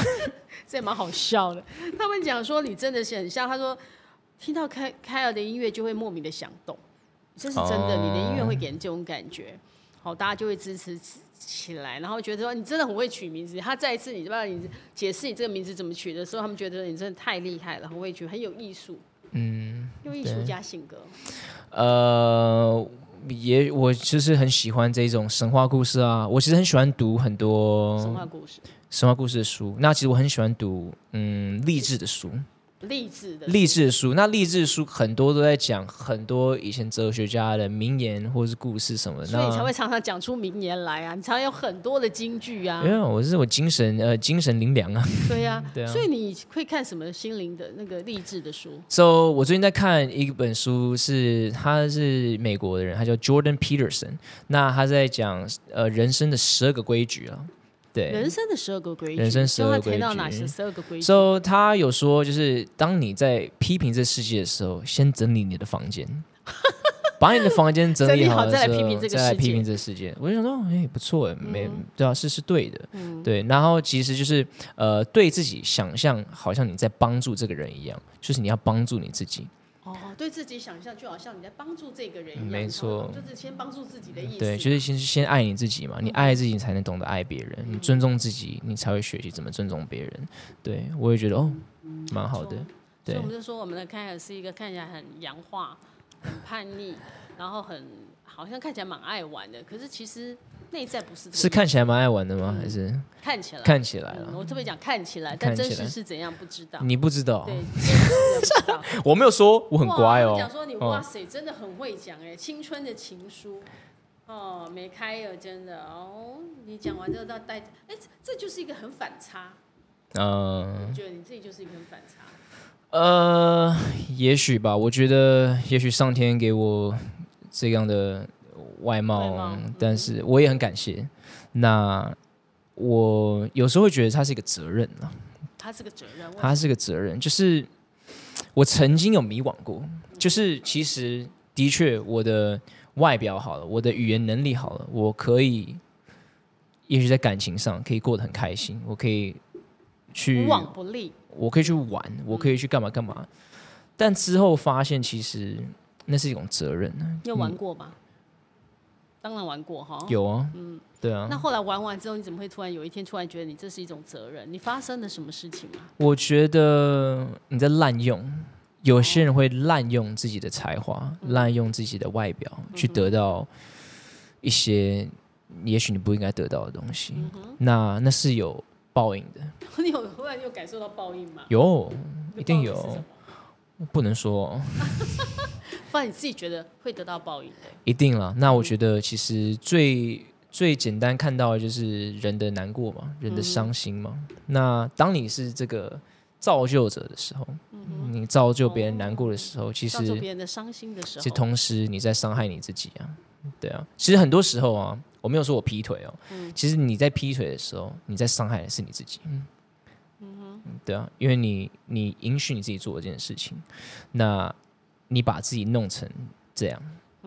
[SPEAKER 2] 这也蛮好笑的。他们讲说你真的是很像，他说听到开开尔的音乐就会莫名的想动，这是真的，
[SPEAKER 1] 哦
[SPEAKER 2] 你的音乐会给人这种感觉，好，大家就会支持起起来，然后觉得说你真的很会取名字。他再一次你知道你解释你这个名字怎么取的时候，他们觉得你真的太厉害了，很会哎取，很有艺术，
[SPEAKER 1] 嗯，
[SPEAKER 2] 有艺术家性格。
[SPEAKER 1] 呃，也我就是很喜欢这种神话故事啊，我其实很喜欢读很
[SPEAKER 2] 神
[SPEAKER 1] 多
[SPEAKER 2] 话故事，
[SPEAKER 1] 神话故事的书。那其实我很喜欢读嗯励志的书，
[SPEAKER 2] 励志的，
[SPEAKER 1] 励志的书。那励志的书很多都在讲很多以前哲学家的名言或是故事什么的，
[SPEAKER 2] 所以
[SPEAKER 1] 那
[SPEAKER 2] 你才会常常讲出名言来啊，你常常有很多的金句啊
[SPEAKER 1] 因。为我是我精神呃精神灵粮啊。
[SPEAKER 2] 对呀、
[SPEAKER 1] 对啊
[SPEAKER 2] 所以你会看什么心灵的那个励志的书？
[SPEAKER 1] So，我最近在看一本书是，他是美国的人，他叫 Jordan Peterson。那他在讲呃人生的十二个规矩啊，对
[SPEAKER 2] 人。生的十二个规矩，
[SPEAKER 1] 人生12个规矩
[SPEAKER 2] 就他谈到哪些十二个规矩？
[SPEAKER 1] So，他有说，就是当你在批评这世界的时候，先整理你的房 间，把你的房间整理好的时候，
[SPEAKER 2] 整理好再来批评这个
[SPEAKER 1] 再来
[SPEAKER 2] 世界嗯
[SPEAKER 1] 批评这世界。我就想说，哎、不错，没、对啊，是是对的，对。然后其实就是呃，对自己想象，好像你在帮助这个人一样，就是你要帮助你自己。
[SPEAKER 2] 哦，对自己想象就好像你在帮助这个人一样，
[SPEAKER 1] 嗯没错
[SPEAKER 2] 就是先帮助自己的意思。嗯
[SPEAKER 1] 对，就是先先爱你自己嘛，你爱自己，你才能懂得爱别人，你尊重自己，你才会学习怎么尊重别人。对我也觉得哦，蛮好的
[SPEAKER 2] 没错。所
[SPEAKER 1] 对
[SPEAKER 2] 以我们就说，我们的凯尔是一个看起来很洋化、很叛 逆，然后很好像看起来蛮爱玩的，可是其实内在不是这个
[SPEAKER 1] 是看起来蛮爱玩的吗？还是
[SPEAKER 2] 看起来。
[SPEAKER 1] 看起来
[SPEAKER 2] 嗯
[SPEAKER 1] 了？
[SPEAKER 2] 我特别讲看起来，但
[SPEAKER 1] 看起
[SPEAKER 2] 真
[SPEAKER 1] 来嗯
[SPEAKER 2] 实是怎样不知道。
[SPEAKER 1] 你不知道
[SPEAKER 2] 对，，真实是不知 道。
[SPEAKER 1] 我没有说我很乖
[SPEAKER 2] 哇
[SPEAKER 1] 哦
[SPEAKER 2] 讲。说你哇塞，真的很会讲哎、青春的情书。哦，梅开尔真的哦，你讲完之后到带，哎，这就是一个很反差，
[SPEAKER 1] 嗯
[SPEAKER 2] 我觉得你自己就是一个很反差。
[SPEAKER 1] 呃，也许吧，我觉得也许上天给我这样的外貌，
[SPEAKER 2] 外貌嗯
[SPEAKER 1] 但是我也很感谢。那我有时候会觉得它是一个责任啊。
[SPEAKER 2] 他是个责任，我
[SPEAKER 1] 它是个责任，就是我曾经有迷惘过，就是其实的确我的外表好了，我的语言能力好了，我可以，也许在感情上可以过得很开心，我可以去
[SPEAKER 2] 无往嗯不利，
[SPEAKER 1] 我可以去玩，我可以去干嘛干嘛，但之后发现其实那是一种啊责任，
[SPEAKER 2] 你有玩过吗？当然玩过哈。。
[SPEAKER 1] 嗯有啊，对啊，
[SPEAKER 2] 嗯那后来玩完之后，你怎么会突然有一天突然觉得你这是一种责任？你发生了什么事情啊？
[SPEAKER 1] 我觉得你在滥用，有些人会滥用自己的才华，
[SPEAKER 2] 嗯
[SPEAKER 1] 滥用自己的外表，去得到
[SPEAKER 2] 嗯
[SPEAKER 1] 一些也许你不应该得到的东西。那那是有报应的，
[SPEAKER 2] 你有忽然有感受到报应吗？
[SPEAKER 1] 有一定
[SPEAKER 2] 那个报应是什
[SPEAKER 1] 有
[SPEAKER 2] 么，
[SPEAKER 1] 不能说
[SPEAKER 2] 不然你自己觉得会得到报应的。
[SPEAKER 1] 一定啦。那我觉得其实最最简单看到的就是人的难过嘛，人的伤心嘛。
[SPEAKER 2] 嗯
[SPEAKER 1] 那当你是这个造就者的时候，你造就别人难过的时候，其
[SPEAKER 2] 嗯哦造就
[SPEAKER 1] 实
[SPEAKER 2] 别人的伤心的时
[SPEAKER 1] 其实
[SPEAKER 2] 候，
[SPEAKER 1] 同时你在伤害你自己啊。对啊，其实很多时候啊，我没有说我劈腿哦，其实你在劈腿的时候，你在伤害的是你自己。嗯对啊，因为你你允许你自己做这件事情，那你把自己弄成这样，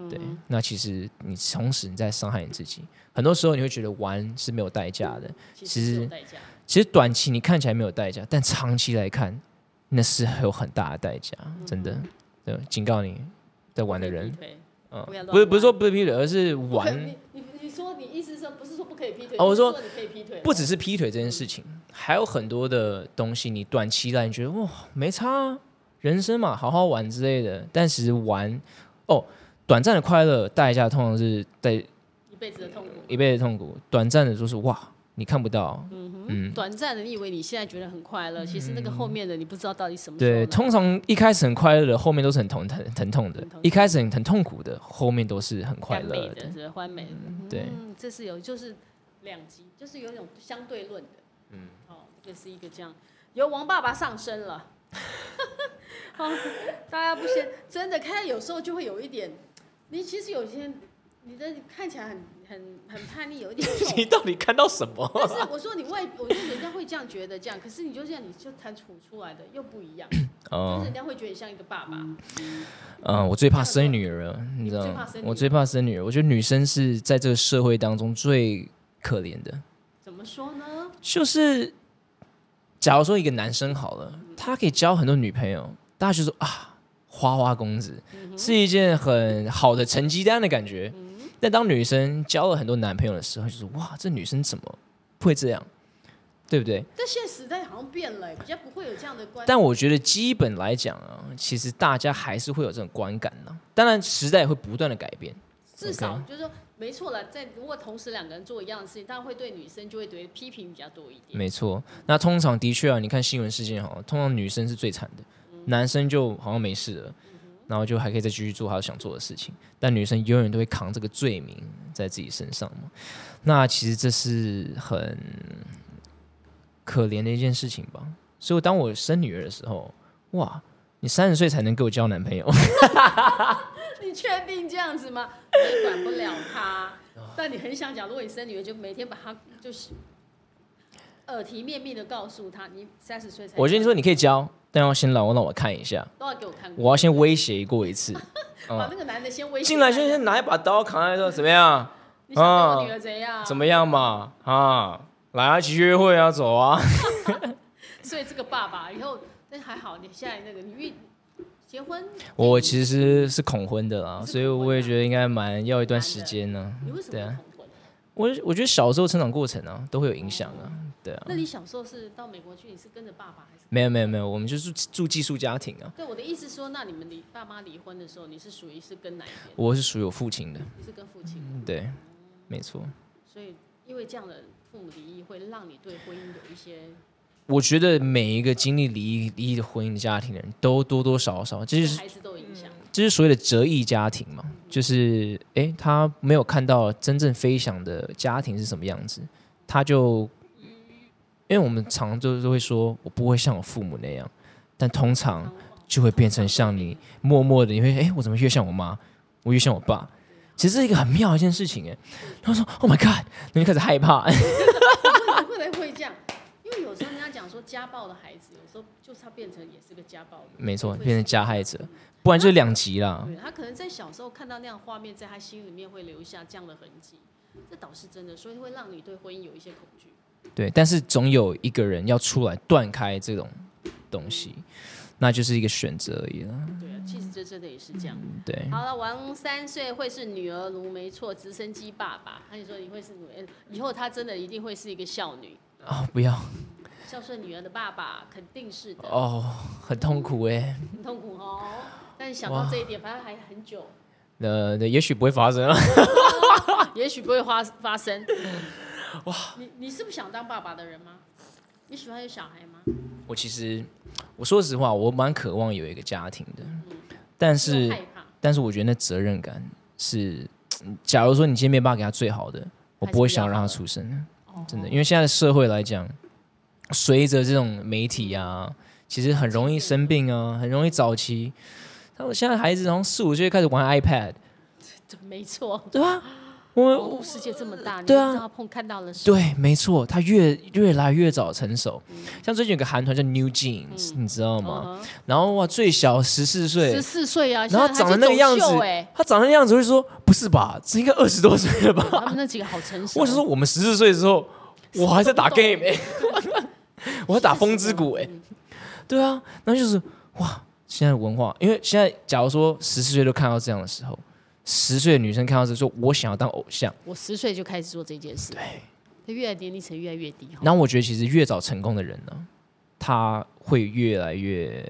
[SPEAKER 1] 对，那其实你同时你在伤害你自己。很多时候你会觉得玩是没有代价的，
[SPEAKER 2] 其
[SPEAKER 1] 其
[SPEAKER 2] 实是有
[SPEAKER 1] 实
[SPEAKER 2] 代价。
[SPEAKER 1] 其实短期你看起来没有代价，但长期来看，那是有很大的代价，真的。对，警告你在玩的人
[SPEAKER 2] 劈，腿，
[SPEAKER 1] 嗯
[SPEAKER 2] 不要，乱
[SPEAKER 1] 不是不是说
[SPEAKER 2] 玩
[SPEAKER 1] 不是劈腿，而是
[SPEAKER 2] 不可以
[SPEAKER 1] 玩，
[SPEAKER 2] 你你你说你意思是不是说不可以劈腿？
[SPEAKER 1] 哦我
[SPEAKER 2] 你是
[SPEAKER 1] 说
[SPEAKER 2] 说你可以劈腿，
[SPEAKER 1] 不只是劈腿这件事情，还有很多的东西，你短期来你觉得哇没差、啊，人生嘛好好玩之类的，但其实玩哦，短暂的快乐代价通常是在
[SPEAKER 2] 一辈子的痛苦。
[SPEAKER 1] 一辈子痛苦，短暂的就是哇你看不到，
[SPEAKER 2] 嗯
[SPEAKER 1] 嗯
[SPEAKER 2] 短暂的，你以为你现在觉得很快乐，其实那个后面的你不知道到底什么时候来。
[SPEAKER 1] 对，通常一开始很快乐的，后面都是很疼疼疼痛的
[SPEAKER 2] 很；痛
[SPEAKER 1] 一开始很很痛苦的，后面都是很快
[SPEAKER 2] 甘
[SPEAKER 1] 乐
[SPEAKER 2] 美的，
[SPEAKER 1] 的。
[SPEAKER 2] 是欢美的。
[SPEAKER 1] 对
[SPEAKER 2] 嗯，这是有就是两极，就是有一种相对论的。嗯，哦，这是一个这样，由王爸爸上升了。 好，大家不先真的看，有时候就会有一点，你其实有些你的看起来很很很叛逆，有一点
[SPEAKER 1] 你
[SPEAKER 2] 丑。
[SPEAKER 1] 到底看到什么？
[SPEAKER 2] 但是我说你外，我觉得人家会这样觉得这样，可是你就这样，你就谈吐出来的又不一样，就是
[SPEAKER 1] 嗯
[SPEAKER 2] 人家会觉得你像一个爸爸。
[SPEAKER 1] 嗯，我最怕生女儿了，你知道
[SPEAKER 2] 你最怕
[SPEAKER 1] 吗
[SPEAKER 2] 生？女儿
[SPEAKER 1] 我最怕生女儿，我觉得女生是在这个社会当中最可怜的。
[SPEAKER 2] 怎么说呢？
[SPEAKER 1] 就是，假如说一个男生好了，他可以交很多女朋友，大家就说啊，花花公子
[SPEAKER 2] 嗯
[SPEAKER 1] 是一件很好的成绩单的感觉。但当女生交了很多男朋友的时候，就是哇，这女生怎么会这样，对不对？
[SPEAKER 2] 但现在时代好像变了，欸比较不会有这样的观。
[SPEAKER 1] 但我觉得基本来讲啊，其实大家还是会有这种观感呢、当然，时代会不断的改变。
[SPEAKER 2] 至少就是说，没错了。在如果同时两个人做一样的事情，当然会对女生就会对批评比较多一点。
[SPEAKER 1] 没错，那通常的确啊，你看新闻事件哈，通常女生是最惨的，男生就好像没事了，然后就还可以再继续做他想做的事情，但女生永远都会扛这个罪名在自己身上嘛。那其实这是很可怜的一件事情吧。所以当我生女儿的时候，哇，你三十岁才能给我交男朋友，
[SPEAKER 2] 你确定这样子吗？你管不了他，但你很想讲，如果你生女儿，就每天把她就是耳提面命的告诉她，你三十岁才。
[SPEAKER 1] 我跟你说你可以交，但要先让我让我看一下，
[SPEAKER 2] 都要给我看过，
[SPEAKER 1] 我要先威胁过一次，
[SPEAKER 2] 把那个男的先威胁
[SPEAKER 1] 进来
[SPEAKER 2] 她
[SPEAKER 1] 先先拿一把刀扛来说怎么样？
[SPEAKER 2] 你想对我女儿怎样？
[SPEAKER 1] 啊怎么样嘛？啊，来啊，一起约会啊，走啊！
[SPEAKER 2] 所以这个爸爸以后，但还好，你现在那个你遇结婚，
[SPEAKER 1] 我其实是恐婚的啦，
[SPEAKER 2] 你是恐婚的啊
[SPEAKER 1] 所以我也觉得应该蛮要一段时间呢、
[SPEAKER 2] 你为什
[SPEAKER 1] 对
[SPEAKER 2] 么
[SPEAKER 1] 啊
[SPEAKER 2] 同婚？
[SPEAKER 1] 我我觉得小时候成长过程啊，都会有影响啊。对啊，
[SPEAKER 2] 那你小时候是到美国去，你是跟着爸爸还是？
[SPEAKER 1] 没有没有没有，我们就是住住寄宿家庭啊。
[SPEAKER 2] 对，我的意思说，那你们离爸妈离婚的时候，你是属于是跟哪一边？
[SPEAKER 1] 我是属于有父亲的，
[SPEAKER 2] 你是跟父亲，
[SPEAKER 1] 对，没错。
[SPEAKER 2] 所以因为这样的父母离异，会让你对婚姻有一些
[SPEAKER 1] 我觉得每一个经历离离异的婚姻家庭的人都多多少少，这
[SPEAKER 2] 对
[SPEAKER 1] 就是
[SPEAKER 2] 孩子都有影响。
[SPEAKER 1] 这是所谓的折翼家庭嘛，就是诶，他没有看到真正飞翔的家庭是什么样子，他就，因为我们常就是会说，我不会像我父母那样，但通常就会变成像你，默默的你会诶，我怎么越像我妈，我越像我爸，其实是一个很妙的一件事情诶，然后说 Oh my God，那就开始害怕，
[SPEAKER 2] 会不会这样？因为有时候人家讲说家暴的孩子，有时候就是他变成也是个家暴的，
[SPEAKER 1] 没错，变成加害者，不然就是两极啦，
[SPEAKER 2] 对他可能在小时候看到那样画面，在他心里面会留下这样的痕迹，这倒是真的，所以会让你对婚姻有一些恐惧。
[SPEAKER 1] 对，但是总有一个人要出来断开这种东西，那就是一个选择而已了。
[SPEAKER 2] 对啊，其实这真的也是这样。
[SPEAKER 1] 对，
[SPEAKER 2] 好了，王三岁会是女儿奴，没错，直升机爸爸。那你说你会是女儿，以后他真的一定会是一个孝女，
[SPEAKER 1] 哦，不要
[SPEAKER 2] 孝顺女儿的爸爸，肯定是的，
[SPEAKER 1] 哦，很痛苦哎、
[SPEAKER 2] 很痛苦哦。但想到这一点，反正还很久，
[SPEAKER 1] 呃，对也许不会发生啊。
[SPEAKER 2] 也许不会发发生。哇，你你是不想当爸爸的人吗？你喜欢有小孩吗？
[SPEAKER 1] 我其实我说实话，我蛮渴望有一个家庭的，但是
[SPEAKER 2] 又嗯害怕，
[SPEAKER 1] 但是我觉得那责任感是，假如说你今天没办法给他最好的，我不会想让他出生，啊
[SPEAKER 2] 哦
[SPEAKER 1] 真的，因为现在的社会来讲，随着这种媒体啊，其实很容易生病啊，很容易早期。他们现在孩子从四五岁开始玩 iPad，
[SPEAKER 2] 对没错，
[SPEAKER 1] 对吧、我
[SPEAKER 2] 网络世界这么大，你
[SPEAKER 1] 对啊
[SPEAKER 2] 不知道碰看到了什么？
[SPEAKER 1] 对，没错，他越越来越早成熟。像最近有个韩团叫 New Jeans，、你知道吗？
[SPEAKER 2] 嗯哼？
[SPEAKER 1] 然后哇，最小哦十四岁
[SPEAKER 2] 十，四岁啊，
[SPEAKER 1] 然后
[SPEAKER 2] 现在
[SPEAKER 1] 长
[SPEAKER 2] 还
[SPEAKER 1] 得
[SPEAKER 2] 是
[SPEAKER 1] 那个样
[SPEAKER 2] 走秀
[SPEAKER 1] 子
[SPEAKER 2] 哎，
[SPEAKER 1] 他长得那样子，我就说不是吧？这应该二十多岁了吧？
[SPEAKER 2] 他们那几个好成熟。
[SPEAKER 1] 我想说，我们十四岁的时候，我还在打
[SPEAKER 2] 什么
[SPEAKER 1] game，、欸、 我还打风之谷哎、欸
[SPEAKER 2] 嗯
[SPEAKER 1] 对啊，那就是哇，现在的文化，因为现在假如说十四岁都看到这样的时候，十岁的女生看到这说，我想要当偶像，
[SPEAKER 2] 我十岁就开始做这件事，对，越来年龄层越来越低哈。
[SPEAKER 1] 然后我觉得其实越早成功的人呢，他会越来越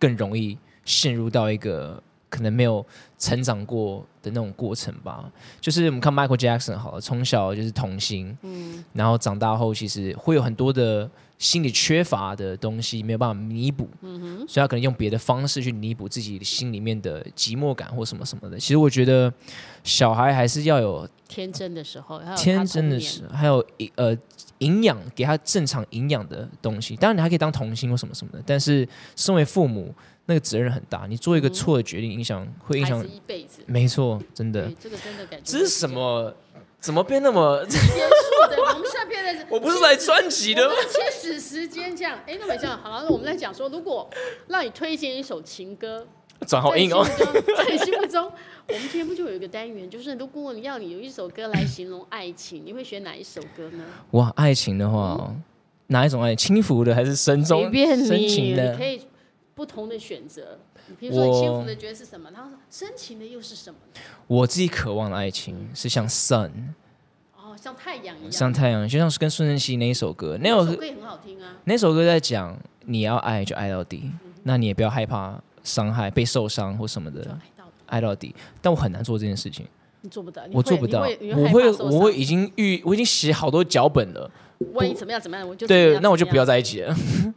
[SPEAKER 1] 更容易陷入到一个可能没有成长过的那种过程吧。就是我们看 Michael Jackson 好了，从小就是童星，
[SPEAKER 2] 嗯，
[SPEAKER 1] 然后长大后其实会有很多的心理缺乏的东西没有办法弥补，所以他可能用别的方式去弥补自己心里面的寂寞感或什么什么的。其实我觉得小孩还是要有
[SPEAKER 2] 天真的时候，呃还有他
[SPEAKER 1] 天真
[SPEAKER 2] 童
[SPEAKER 1] 的
[SPEAKER 2] 年
[SPEAKER 1] 是，还有营呃营养，给他正常营养的东西。当然，你还可以当童星或什么什么的，但是身为父母，那个责任很大。你做一个错的决定，影响会影
[SPEAKER 2] 嗯孩
[SPEAKER 1] 响
[SPEAKER 2] 子，一辈子。
[SPEAKER 1] 没错，真的
[SPEAKER 2] 对，。这个真的感觉
[SPEAKER 1] 这是什么？怎么变那 么？
[SPEAKER 2] 严肃的？我们现在变得
[SPEAKER 1] 我不是来专辑的吗
[SPEAKER 2] 我？们切止时间这样。哎，那么这样好了，那我们在讲说，如果让你推荐一首情歌，
[SPEAKER 1] 转好硬哦。
[SPEAKER 2] 在你心目中， 在你心目中，我们节目就有一个单元，就是如果你要你有一首歌来形容爱情，你会选哪一首歌呢？
[SPEAKER 1] 哇，爱情的话哦，哪一种爱情？轻浮的还是深
[SPEAKER 2] 随
[SPEAKER 1] 中
[SPEAKER 2] 便
[SPEAKER 1] 深
[SPEAKER 2] 你，
[SPEAKER 1] 情
[SPEAKER 2] 你
[SPEAKER 1] 的
[SPEAKER 2] 可？以不同的选择。你比如
[SPEAKER 1] 我
[SPEAKER 2] 说，你幸福的觉得是什么？然后深情的又是什么？
[SPEAKER 1] 我自己渴望的爱情是像 sun，
[SPEAKER 2] 哦，像太阳一样。
[SPEAKER 1] 像太阳，就像是跟孙晨曦那一首歌，那
[SPEAKER 2] 首
[SPEAKER 1] 首
[SPEAKER 2] 歌也很好听啊。
[SPEAKER 1] 那首歌在讲你要爱就爱到底，那你也不要害怕伤害、被受伤或什么
[SPEAKER 2] 就
[SPEAKER 1] 的，
[SPEAKER 2] 爱到底
[SPEAKER 1] 爱到底。但我很难做这件事情，
[SPEAKER 2] 你做不到，你
[SPEAKER 1] 我
[SPEAKER 2] 会
[SPEAKER 1] 做不到。
[SPEAKER 2] 你
[SPEAKER 1] 我会，
[SPEAKER 2] 会，你
[SPEAKER 1] 我会已经预，我已经写好多脚本了。
[SPEAKER 2] 会害怕受伤万一怎么样怎么样，我就怎么
[SPEAKER 1] 对，
[SPEAKER 2] 样
[SPEAKER 1] 那我就不要
[SPEAKER 2] 怎
[SPEAKER 1] 在一起了。
[SPEAKER 2] 么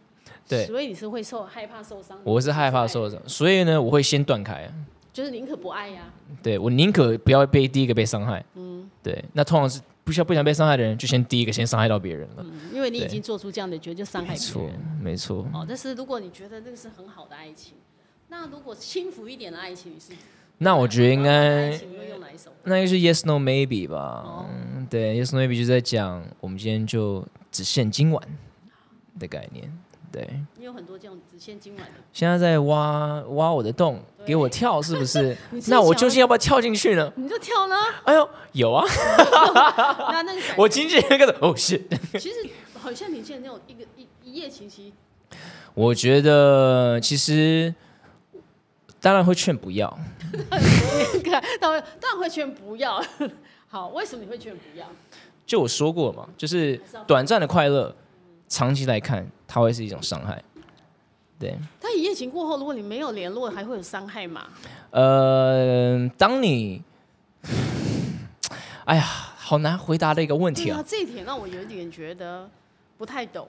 [SPEAKER 1] 对
[SPEAKER 2] 样。所以你是会受害怕受伤 的，
[SPEAKER 1] 我是害怕受伤，所以呢，我会先断开。
[SPEAKER 2] 就是宁可不爱呀。
[SPEAKER 1] 对我宁可不要被第一个被伤害。
[SPEAKER 2] 嗯
[SPEAKER 1] 对。那通常是不需要不想被伤害的人，就先第一个先伤害到别人了。
[SPEAKER 2] 嗯，因为你已
[SPEAKER 1] 对
[SPEAKER 2] 经做出这样的决定，就伤害
[SPEAKER 1] 没
[SPEAKER 2] 别
[SPEAKER 1] 错
[SPEAKER 2] 人。，
[SPEAKER 1] 没错。
[SPEAKER 2] 哦，但是如果你觉得那个是很好的爱情，那如果轻浮一点的爱情，你是呃
[SPEAKER 1] 那我觉得应该
[SPEAKER 2] 爱情你会用哪一首？
[SPEAKER 1] 那就是 yes no maybe 吧。
[SPEAKER 2] 哦
[SPEAKER 1] 对，yes no maybe 就在讲我们今天就只限今晚的概念。对，
[SPEAKER 2] 你有很多这种只限今晚的，
[SPEAKER 1] 现在在挖挖我的洞，给我跳是不是
[SPEAKER 2] 你？自己
[SPEAKER 1] 那我
[SPEAKER 2] 想
[SPEAKER 1] 究竟要不要跳进去呢？
[SPEAKER 2] 你就跳呢？
[SPEAKER 1] 哎呦，有 啊！
[SPEAKER 2] 那那个感觉
[SPEAKER 1] 我经纪人开始 哦 shit，
[SPEAKER 2] 其实好像你现在那种一个一一夜情，其实
[SPEAKER 1] 我觉得其实当然会劝不要，
[SPEAKER 2] 当然当然会劝不要。 好，为什么你会劝不要？
[SPEAKER 1] 就我说过嘛，就是短暂的快乐，长期来看它会是一种伤害。对，
[SPEAKER 2] 但一夜情过后，如果你没有联络，还会有伤害嘛？
[SPEAKER 1] 呃，当你，哎呀，好难回答的一个问
[SPEAKER 2] 对
[SPEAKER 1] 题
[SPEAKER 2] 啊，
[SPEAKER 1] 啊！
[SPEAKER 2] 这一点让我有点觉得不太懂。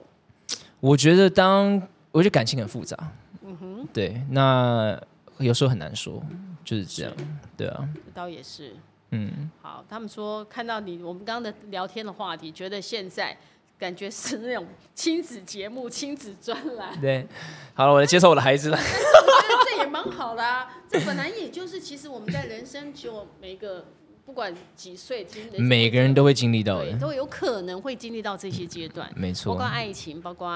[SPEAKER 1] 我觉得当，我觉得感情很复杂，嗯哼，对，那有时候很难说，就是这样，对啊，
[SPEAKER 2] 这倒也是，
[SPEAKER 1] 嗯，
[SPEAKER 2] 好，他们说看到你，我们刚刚的聊天的话题，觉得现在感觉是那种亲子节目、亲子专栏，
[SPEAKER 1] 对，好了，我来接受我的孩子了，
[SPEAKER 2] 我觉得这也蛮好的啊。这本来也就是，其实我们在人生就每个不管几岁，其实人
[SPEAKER 1] 每个人都会经历到
[SPEAKER 2] 对
[SPEAKER 1] 的，
[SPEAKER 2] 都有可能会经历到这些阶段，
[SPEAKER 1] 没
[SPEAKER 2] 包
[SPEAKER 1] 错
[SPEAKER 2] 括，爱情，包括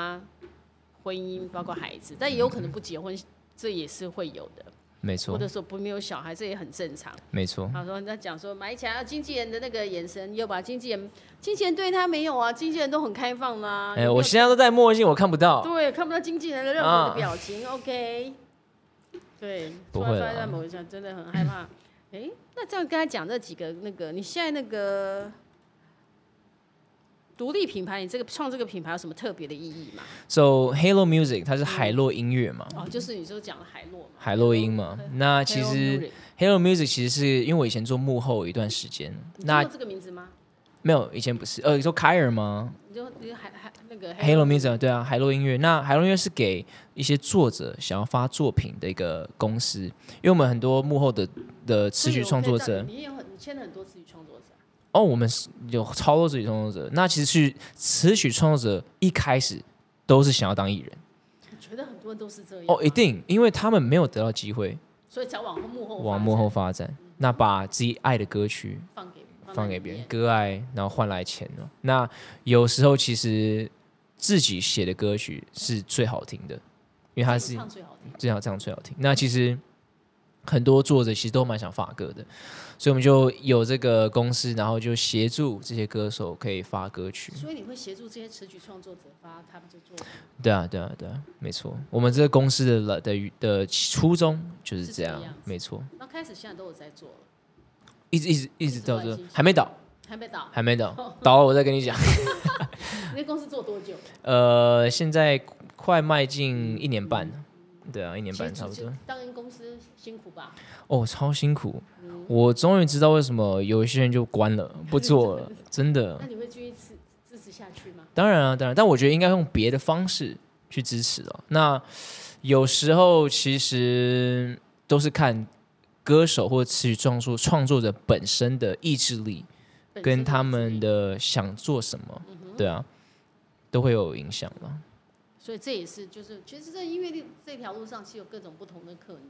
[SPEAKER 2] 婚姻，包括孩子，但也有可能不结婚，这也是会有的，啊
[SPEAKER 1] 没
[SPEAKER 2] 或
[SPEAKER 1] 错，
[SPEAKER 2] 者说不没有小孩，这也很正常。
[SPEAKER 1] 没错，
[SPEAKER 2] 他说在讲说买起来，经纪人的那个眼神又把经纪人，经纪人对他没有啊，经纪人都很开放啦、
[SPEAKER 1] 哎，
[SPEAKER 2] 有没
[SPEAKER 1] 我
[SPEAKER 2] 有
[SPEAKER 1] 现在都戴墨镜，我看不到，
[SPEAKER 2] 对看不到经纪人的任何的表情、o k 对，
[SPEAKER 1] 不
[SPEAKER 2] 突然
[SPEAKER 1] 会
[SPEAKER 2] 发现
[SPEAKER 1] 啦
[SPEAKER 2] 在某一下真的很害怕。哎，那这样跟他讲这几个那个，你现在那个独立品牌，你这个创这个品牌有什么特别的意义吗？
[SPEAKER 1] So Halo Music 它是海洛音乐嘛，
[SPEAKER 2] 哦，就是你说讲的海洛嘛，
[SPEAKER 1] 海洛因嘛，那其
[SPEAKER 2] Hello
[SPEAKER 1] 实
[SPEAKER 2] Music，
[SPEAKER 1] Hello Music 其实是因为我以前做幕后有一段时间，
[SPEAKER 2] 你听
[SPEAKER 1] 那
[SPEAKER 2] 过这个名字吗？
[SPEAKER 1] 没有，以前不是。呃，你说凯尔吗
[SPEAKER 2] 你就你就还还那个
[SPEAKER 1] ？Hello Music，对啊，海洛音乐。那海洛音乐是给一些作者想要发作品的一个公司，因为我们很多幕后的的词曲创作者，
[SPEAKER 2] 你也有很你签了很多词曲创作者啊，
[SPEAKER 1] 哦，我们是有超多词曲创作者。那其实去词曲创作者一开始都是想要当艺人
[SPEAKER 2] 我觉得很多人都是这样
[SPEAKER 1] 哦，一
[SPEAKER 2] 吗，
[SPEAKER 1] 定，因为他们没有得到机会
[SPEAKER 2] 所以才往后幕后
[SPEAKER 1] 往
[SPEAKER 2] 发
[SPEAKER 1] 幕
[SPEAKER 2] 展
[SPEAKER 1] 后发展，那把自己爱的歌曲
[SPEAKER 2] 放给
[SPEAKER 1] 放给
[SPEAKER 2] 在里
[SPEAKER 1] 别人
[SPEAKER 2] 面，
[SPEAKER 1] 割爱，然后换来钱哦。那有时候其实自己写的歌曲是最好听的，因为它
[SPEAKER 2] 自
[SPEAKER 1] 是
[SPEAKER 2] 己唱最好听。
[SPEAKER 1] 这样这样最好听。那其实很多作者其实都蛮想发歌的，所以我们就有这个公司，然后就协助这些歌手可以发歌曲。
[SPEAKER 2] 所以你会协助这些词曲创作者发他们的作品，
[SPEAKER 1] 对啊，对啊，对啊，没错。我们这个公司的的的初衷就是
[SPEAKER 2] 是
[SPEAKER 1] 这
[SPEAKER 2] 这个
[SPEAKER 1] 样
[SPEAKER 2] 样子，
[SPEAKER 1] 没错，
[SPEAKER 2] 那开始现在都有在做了，
[SPEAKER 1] 一直一直一直
[SPEAKER 2] 一直
[SPEAKER 1] 到
[SPEAKER 2] 都在
[SPEAKER 1] 这
[SPEAKER 2] 进行
[SPEAKER 1] 还没倒，
[SPEAKER 2] 还没倒。
[SPEAKER 1] 还没倒， 倒了我再跟你讲。
[SPEAKER 2] 你那公司做多久？
[SPEAKER 1] 呃，现在快迈进一年半了，对啊，一年
[SPEAKER 2] 其
[SPEAKER 1] 半
[SPEAKER 2] 实
[SPEAKER 1] 差不
[SPEAKER 2] 就
[SPEAKER 1] 多。。
[SPEAKER 2] 当公司辛苦吧？
[SPEAKER 1] 哦，超辛苦，我终于知道为什么有一些人就关了，不做了，真的
[SPEAKER 2] 那。你会继续支支持下去吗？
[SPEAKER 1] 当然啊，当然，但我觉得应该用别的方式去支持哦。那有时候其实都是看歌手或词曲创作创作者本身的意志力，
[SPEAKER 2] 本身
[SPEAKER 1] 跟
[SPEAKER 2] 的
[SPEAKER 1] 他
[SPEAKER 2] 自
[SPEAKER 1] 们
[SPEAKER 2] 立，
[SPEAKER 1] 的想做什么，对啊，都会有影响的。
[SPEAKER 2] 所以这也是就是，其实，在音乐这这条路上是有各种不同的可能。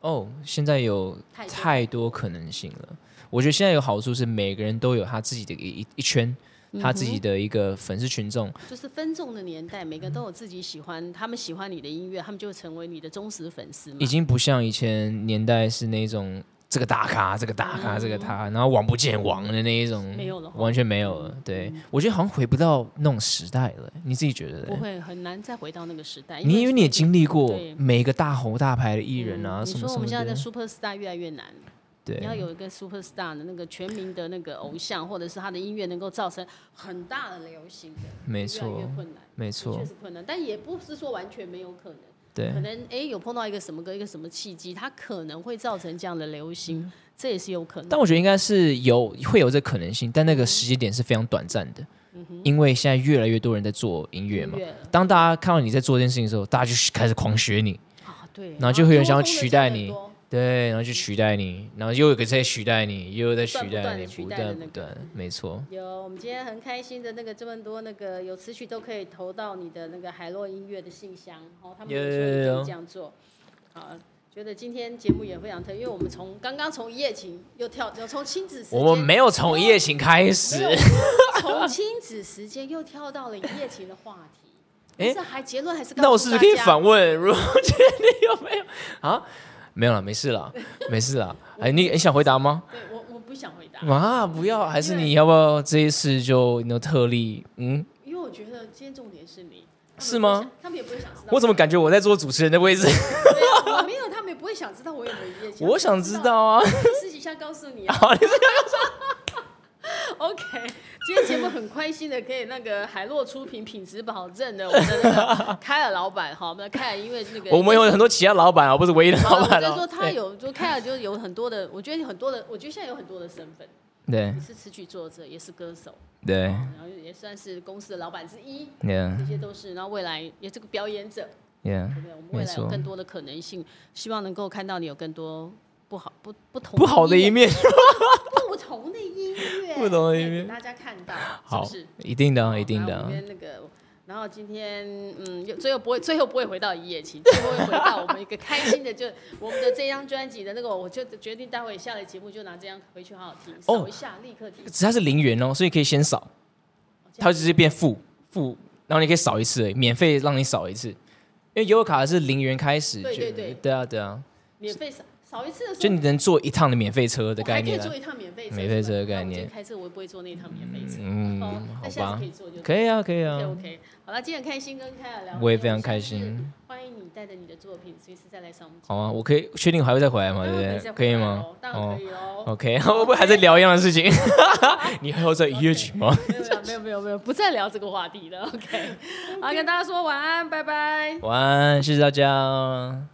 [SPEAKER 1] 哦，现在有
[SPEAKER 2] 太多
[SPEAKER 1] 太多可能性了。我觉得现在有好处是，每个人都有他自己的一一一圈，
[SPEAKER 2] 嗯
[SPEAKER 1] 他自己的一个粉丝群众。
[SPEAKER 2] 就是分众的年代，每个都有自己喜欢，他们喜欢你的音乐，他们就会成为你的忠实粉丝嘛
[SPEAKER 1] 已。经不像以前年代是那种这个大咖、这个大咖、这个他，然后王不见王的那一种，
[SPEAKER 2] 嗯没有了嗯
[SPEAKER 1] 完全没有了。对，我觉得好像回不到那种时代了。你自己觉得
[SPEAKER 2] 不
[SPEAKER 1] 嘞？
[SPEAKER 2] 会很难再回到那个时代。
[SPEAKER 1] 你因为你也经历过
[SPEAKER 2] 对
[SPEAKER 1] 每个大红大牌的艺人啊，
[SPEAKER 2] 嗯
[SPEAKER 1] 什么
[SPEAKER 2] 你说
[SPEAKER 1] 什
[SPEAKER 2] 我
[SPEAKER 1] 么
[SPEAKER 2] 们现在
[SPEAKER 1] 的
[SPEAKER 2] 的，super star 越来越难，你要
[SPEAKER 1] 对，
[SPEAKER 2] 有一个 super star 的那个全民的那个偶像，或者是他的音乐能够造成很大的流行的，
[SPEAKER 1] 没
[SPEAKER 2] 越来
[SPEAKER 1] 错
[SPEAKER 2] 越，困难，
[SPEAKER 1] 没
[SPEAKER 2] 的确
[SPEAKER 1] 错，嗯
[SPEAKER 2] 是困难，但也不是说完全没有可能。
[SPEAKER 1] 对
[SPEAKER 2] 可。能诶有碰到一个什么歌，一个什么契机，它可能会造成这样的流
[SPEAKER 1] 嗯
[SPEAKER 2] 行，这也是有可能。
[SPEAKER 1] 但我觉得应该是有会有这可能性，但那个时间点是非常短暂的，因为现在越来越多人在做音乐嘛
[SPEAKER 2] 嗯音。乐了
[SPEAKER 1] 当大家看到你在做这件事情的时候，大家就开始狂学你，
[SPEAKER 2] 啊，对，
[SPEAKER 1] 然后就会有人想要
[SPEAKER 2] 多
[SPEAKER 1] 取代
[SPEAKER 2] 多多
[SPEAKER 1] 你
[SPEAKER 2] 多多
[SPEAKER 1] 对，然后就取代你，然后又有个在取代你，又有在取代你，
[SPEAKER 2] 不
[SPEAKER 1] 不
[SPEAKER 2] 断地取代的
[SPEAKER 1] 断
[SPEAKER 2] 那
[SPEAKER 1] 不
[SPEAKER 2] 个
[SPEAKER 1] 断，没错，
[SPEAKER 2] 有，我们今天很开心的那个这么多那个有词曲都可以投到你的那个海洛音乐的信箱，哦，他们
[SPEAKER 1] 有
[SPEAKER 2] 也
[SPEAKER 1] 有
[SPEAKER 2] 说
[SPEAKER 1] 有
[SPEAKER 2] 你可以
[SPEAKER 1] 有
[SPEAKER 2] 这样做。好，觉得今天节目也非常特别，因为我们从刚刚从一夜情又跳，又从亲子时间，
[SPEAKER 1] 我们没有从一夜情开
[SPEAKER 2] 没
[SPEAKER 1] 始
[SPEAKER 2] 有，从亲子时间又跳到了一夜情的话题。
[SPEAKER 1] 诶
[SPEAKER 2] 这还结论还是告
[SPEAKER 1] 那我
[SPEAKER 2] 诉
[SPEAKER 1] 是不是
[SPEAKER 2] 大
[SPEAKER 1] 可以
[SPEAKER 2] 家
[SPEAKER 1] 反问？如果觉得你有没有啊？没有了，没事 了，没事了。哎，你你想回答吗？
[SPEAKER 2] 对我我不想回答，
[SPEAKER 1] 啊，不要，还是
[SPEAKER 2] 因为
[SPEAKER 1] 你要不要这一次就你的特例？嗯，
[SPEAKER 2] 因为我觉得今天重点是你。
[SPEAKER 1] 是
[SPEAKER 2] 他们也不会
[SPEAKER 1] 吗
[SPEAKER 2] 想？他们也不会想知道。
[SPEAKER 1] 我怎么感觉我在做主持人的位置？
[SPEAKER 2] 没有？我没有，他们也不会想知道我有没有一夜 情。
[SPEAKER 1] 我想知道啊。
[SPEAKER 2] 私底下告诉你啊。OK，今天节目很开心的，可以那个海洛出品，品质保证的，我们的那个凯尔老板哈，我们的凯尔因为那个
[SPEAKER 1] 我们有很多其他老板啊，不是唯一的
[SPEAKER 2] 好了
[SPEAKER 1] 老
[SPEAKER 2] 我
[SPEAKER 1] 板
[SPEAKER 2] 就说
[SPEAKER 1] 哦。
[SPEAKER 2] 他有，就凯尔就有很多的，我觉得很多的，我觉得现在有很多的身份，
[SPEAKER 1] 对
[SPEAKER 2] 你是词曲作者，也是歌手，
[SPEAKER 1] 对
[SPEAKER 2] 然后也算是公司的老板之一，这
[SPEAKER 1] ，yeah
[SPEAKER 2] 些都是，然后未来也是个表演者，
[SPEAKER 1] yeah，
[SPEAKER 2] 对不对？我们
[SPEAKER 1] 没
[SPEAKER 2] 未来有
[SPEAKER 1] 错。
[SPEAKER 2] 更多的可能性，希望能够看到你有更多不好不不同
[SPEAKER 1] 不好的一
[SPEAKER 2] 面。
[SPEAKER 1] 面，
[SPEAKER 2] 不同的音乐，
[SPEAKER 1] 不同的音乐
[SPEAKER 2] 给大家看到，
[SPEAKER 1] 好
[SPEAKER 2] 是不是？，
[SPEAKER 1] 一定的
[SPEAKER 2] 好
[SPEAKER 1] 啊，一定的
[SPEAKER 2] 然
[SPEAKER 1] 啊
[SPEAKER 2] 后哦我。们跟那个，然后今天嗯，又最后不会，最后不会回到一夜情，最后会回到我们一个开心的，就我们的这张专辑的那个，我就决定待会下来节目就拿这张回去好好听，
[SPEAKER 1] 哦
[SPEAKER 2] 扫一下，立刻听。哦
[SPEAKER 1] 只它是零元哦，所以可以先扫，它直接变负负，然后你可以扫一次而已，免费让你扫一次。因为优卡是零元开始，
[SPEAKER 2] 对
[SPEAKER 1] 就
[SPEAKER 2] 对对
[SPEAKER 1] 对啊对啊，
[SPEAKER 2] 免费扫扫一次的时候，
[SPEAKER 1] 就你能坐一趟的免费车的
[SPEAKER 2] 我
[SPEAKER 1] 概
[SPEAKER 2] 还可以
[SPEAKER 1] 念啊
[SPEAKER 2] 坐。一趟免费车，
[SPEAKER 1] 免费车的
[SPEAKER 2] 是吧
[SPEAKER 1] 概念啊
[SPEAKER 2] 那我今天开车我也不会坐那一趟免费车，
[SPEAKER 1] 嗯
[SPEAKER 2] 哦，那
[SPEAKER 1] 好
[SPEAKER 2] 下次
[SPEAKER 1] 吧
[SPEAKER 2] 可以，坐就。
[SPEAKER 1] 可以啊可以啊
[SPEAKER 2] OK，OK，好了，今天很开心跟凯尔聊天，
[SPEAKER 1] 我也非常开心。
[SPEAKER 2] 欢迎你带着你的作品随时再来上我们节目。
[SPEAKER 1] 好啊，我可以确定我还会再回来吗？
[SPEAKER 2] 当
[SPEAKER 1] 对不
[SPEAKER 2] 然
[SPEAKER 1] 对？可以吗？
[SPEAKER 2] 哦
[SPEAKER 1] 哦
[SPEAKER 2] 可以哦喽。
[SPEAKER 1] OK，会不 会还在聊一样的事情？ 你还有在一夜情吗？
[SPEAKER 2] 没有没有没有没有，不再聊这个话题了。OK，好，跟大家说晚安，拜拜。
[SPEAKER 1] 晚安，谢谢大家。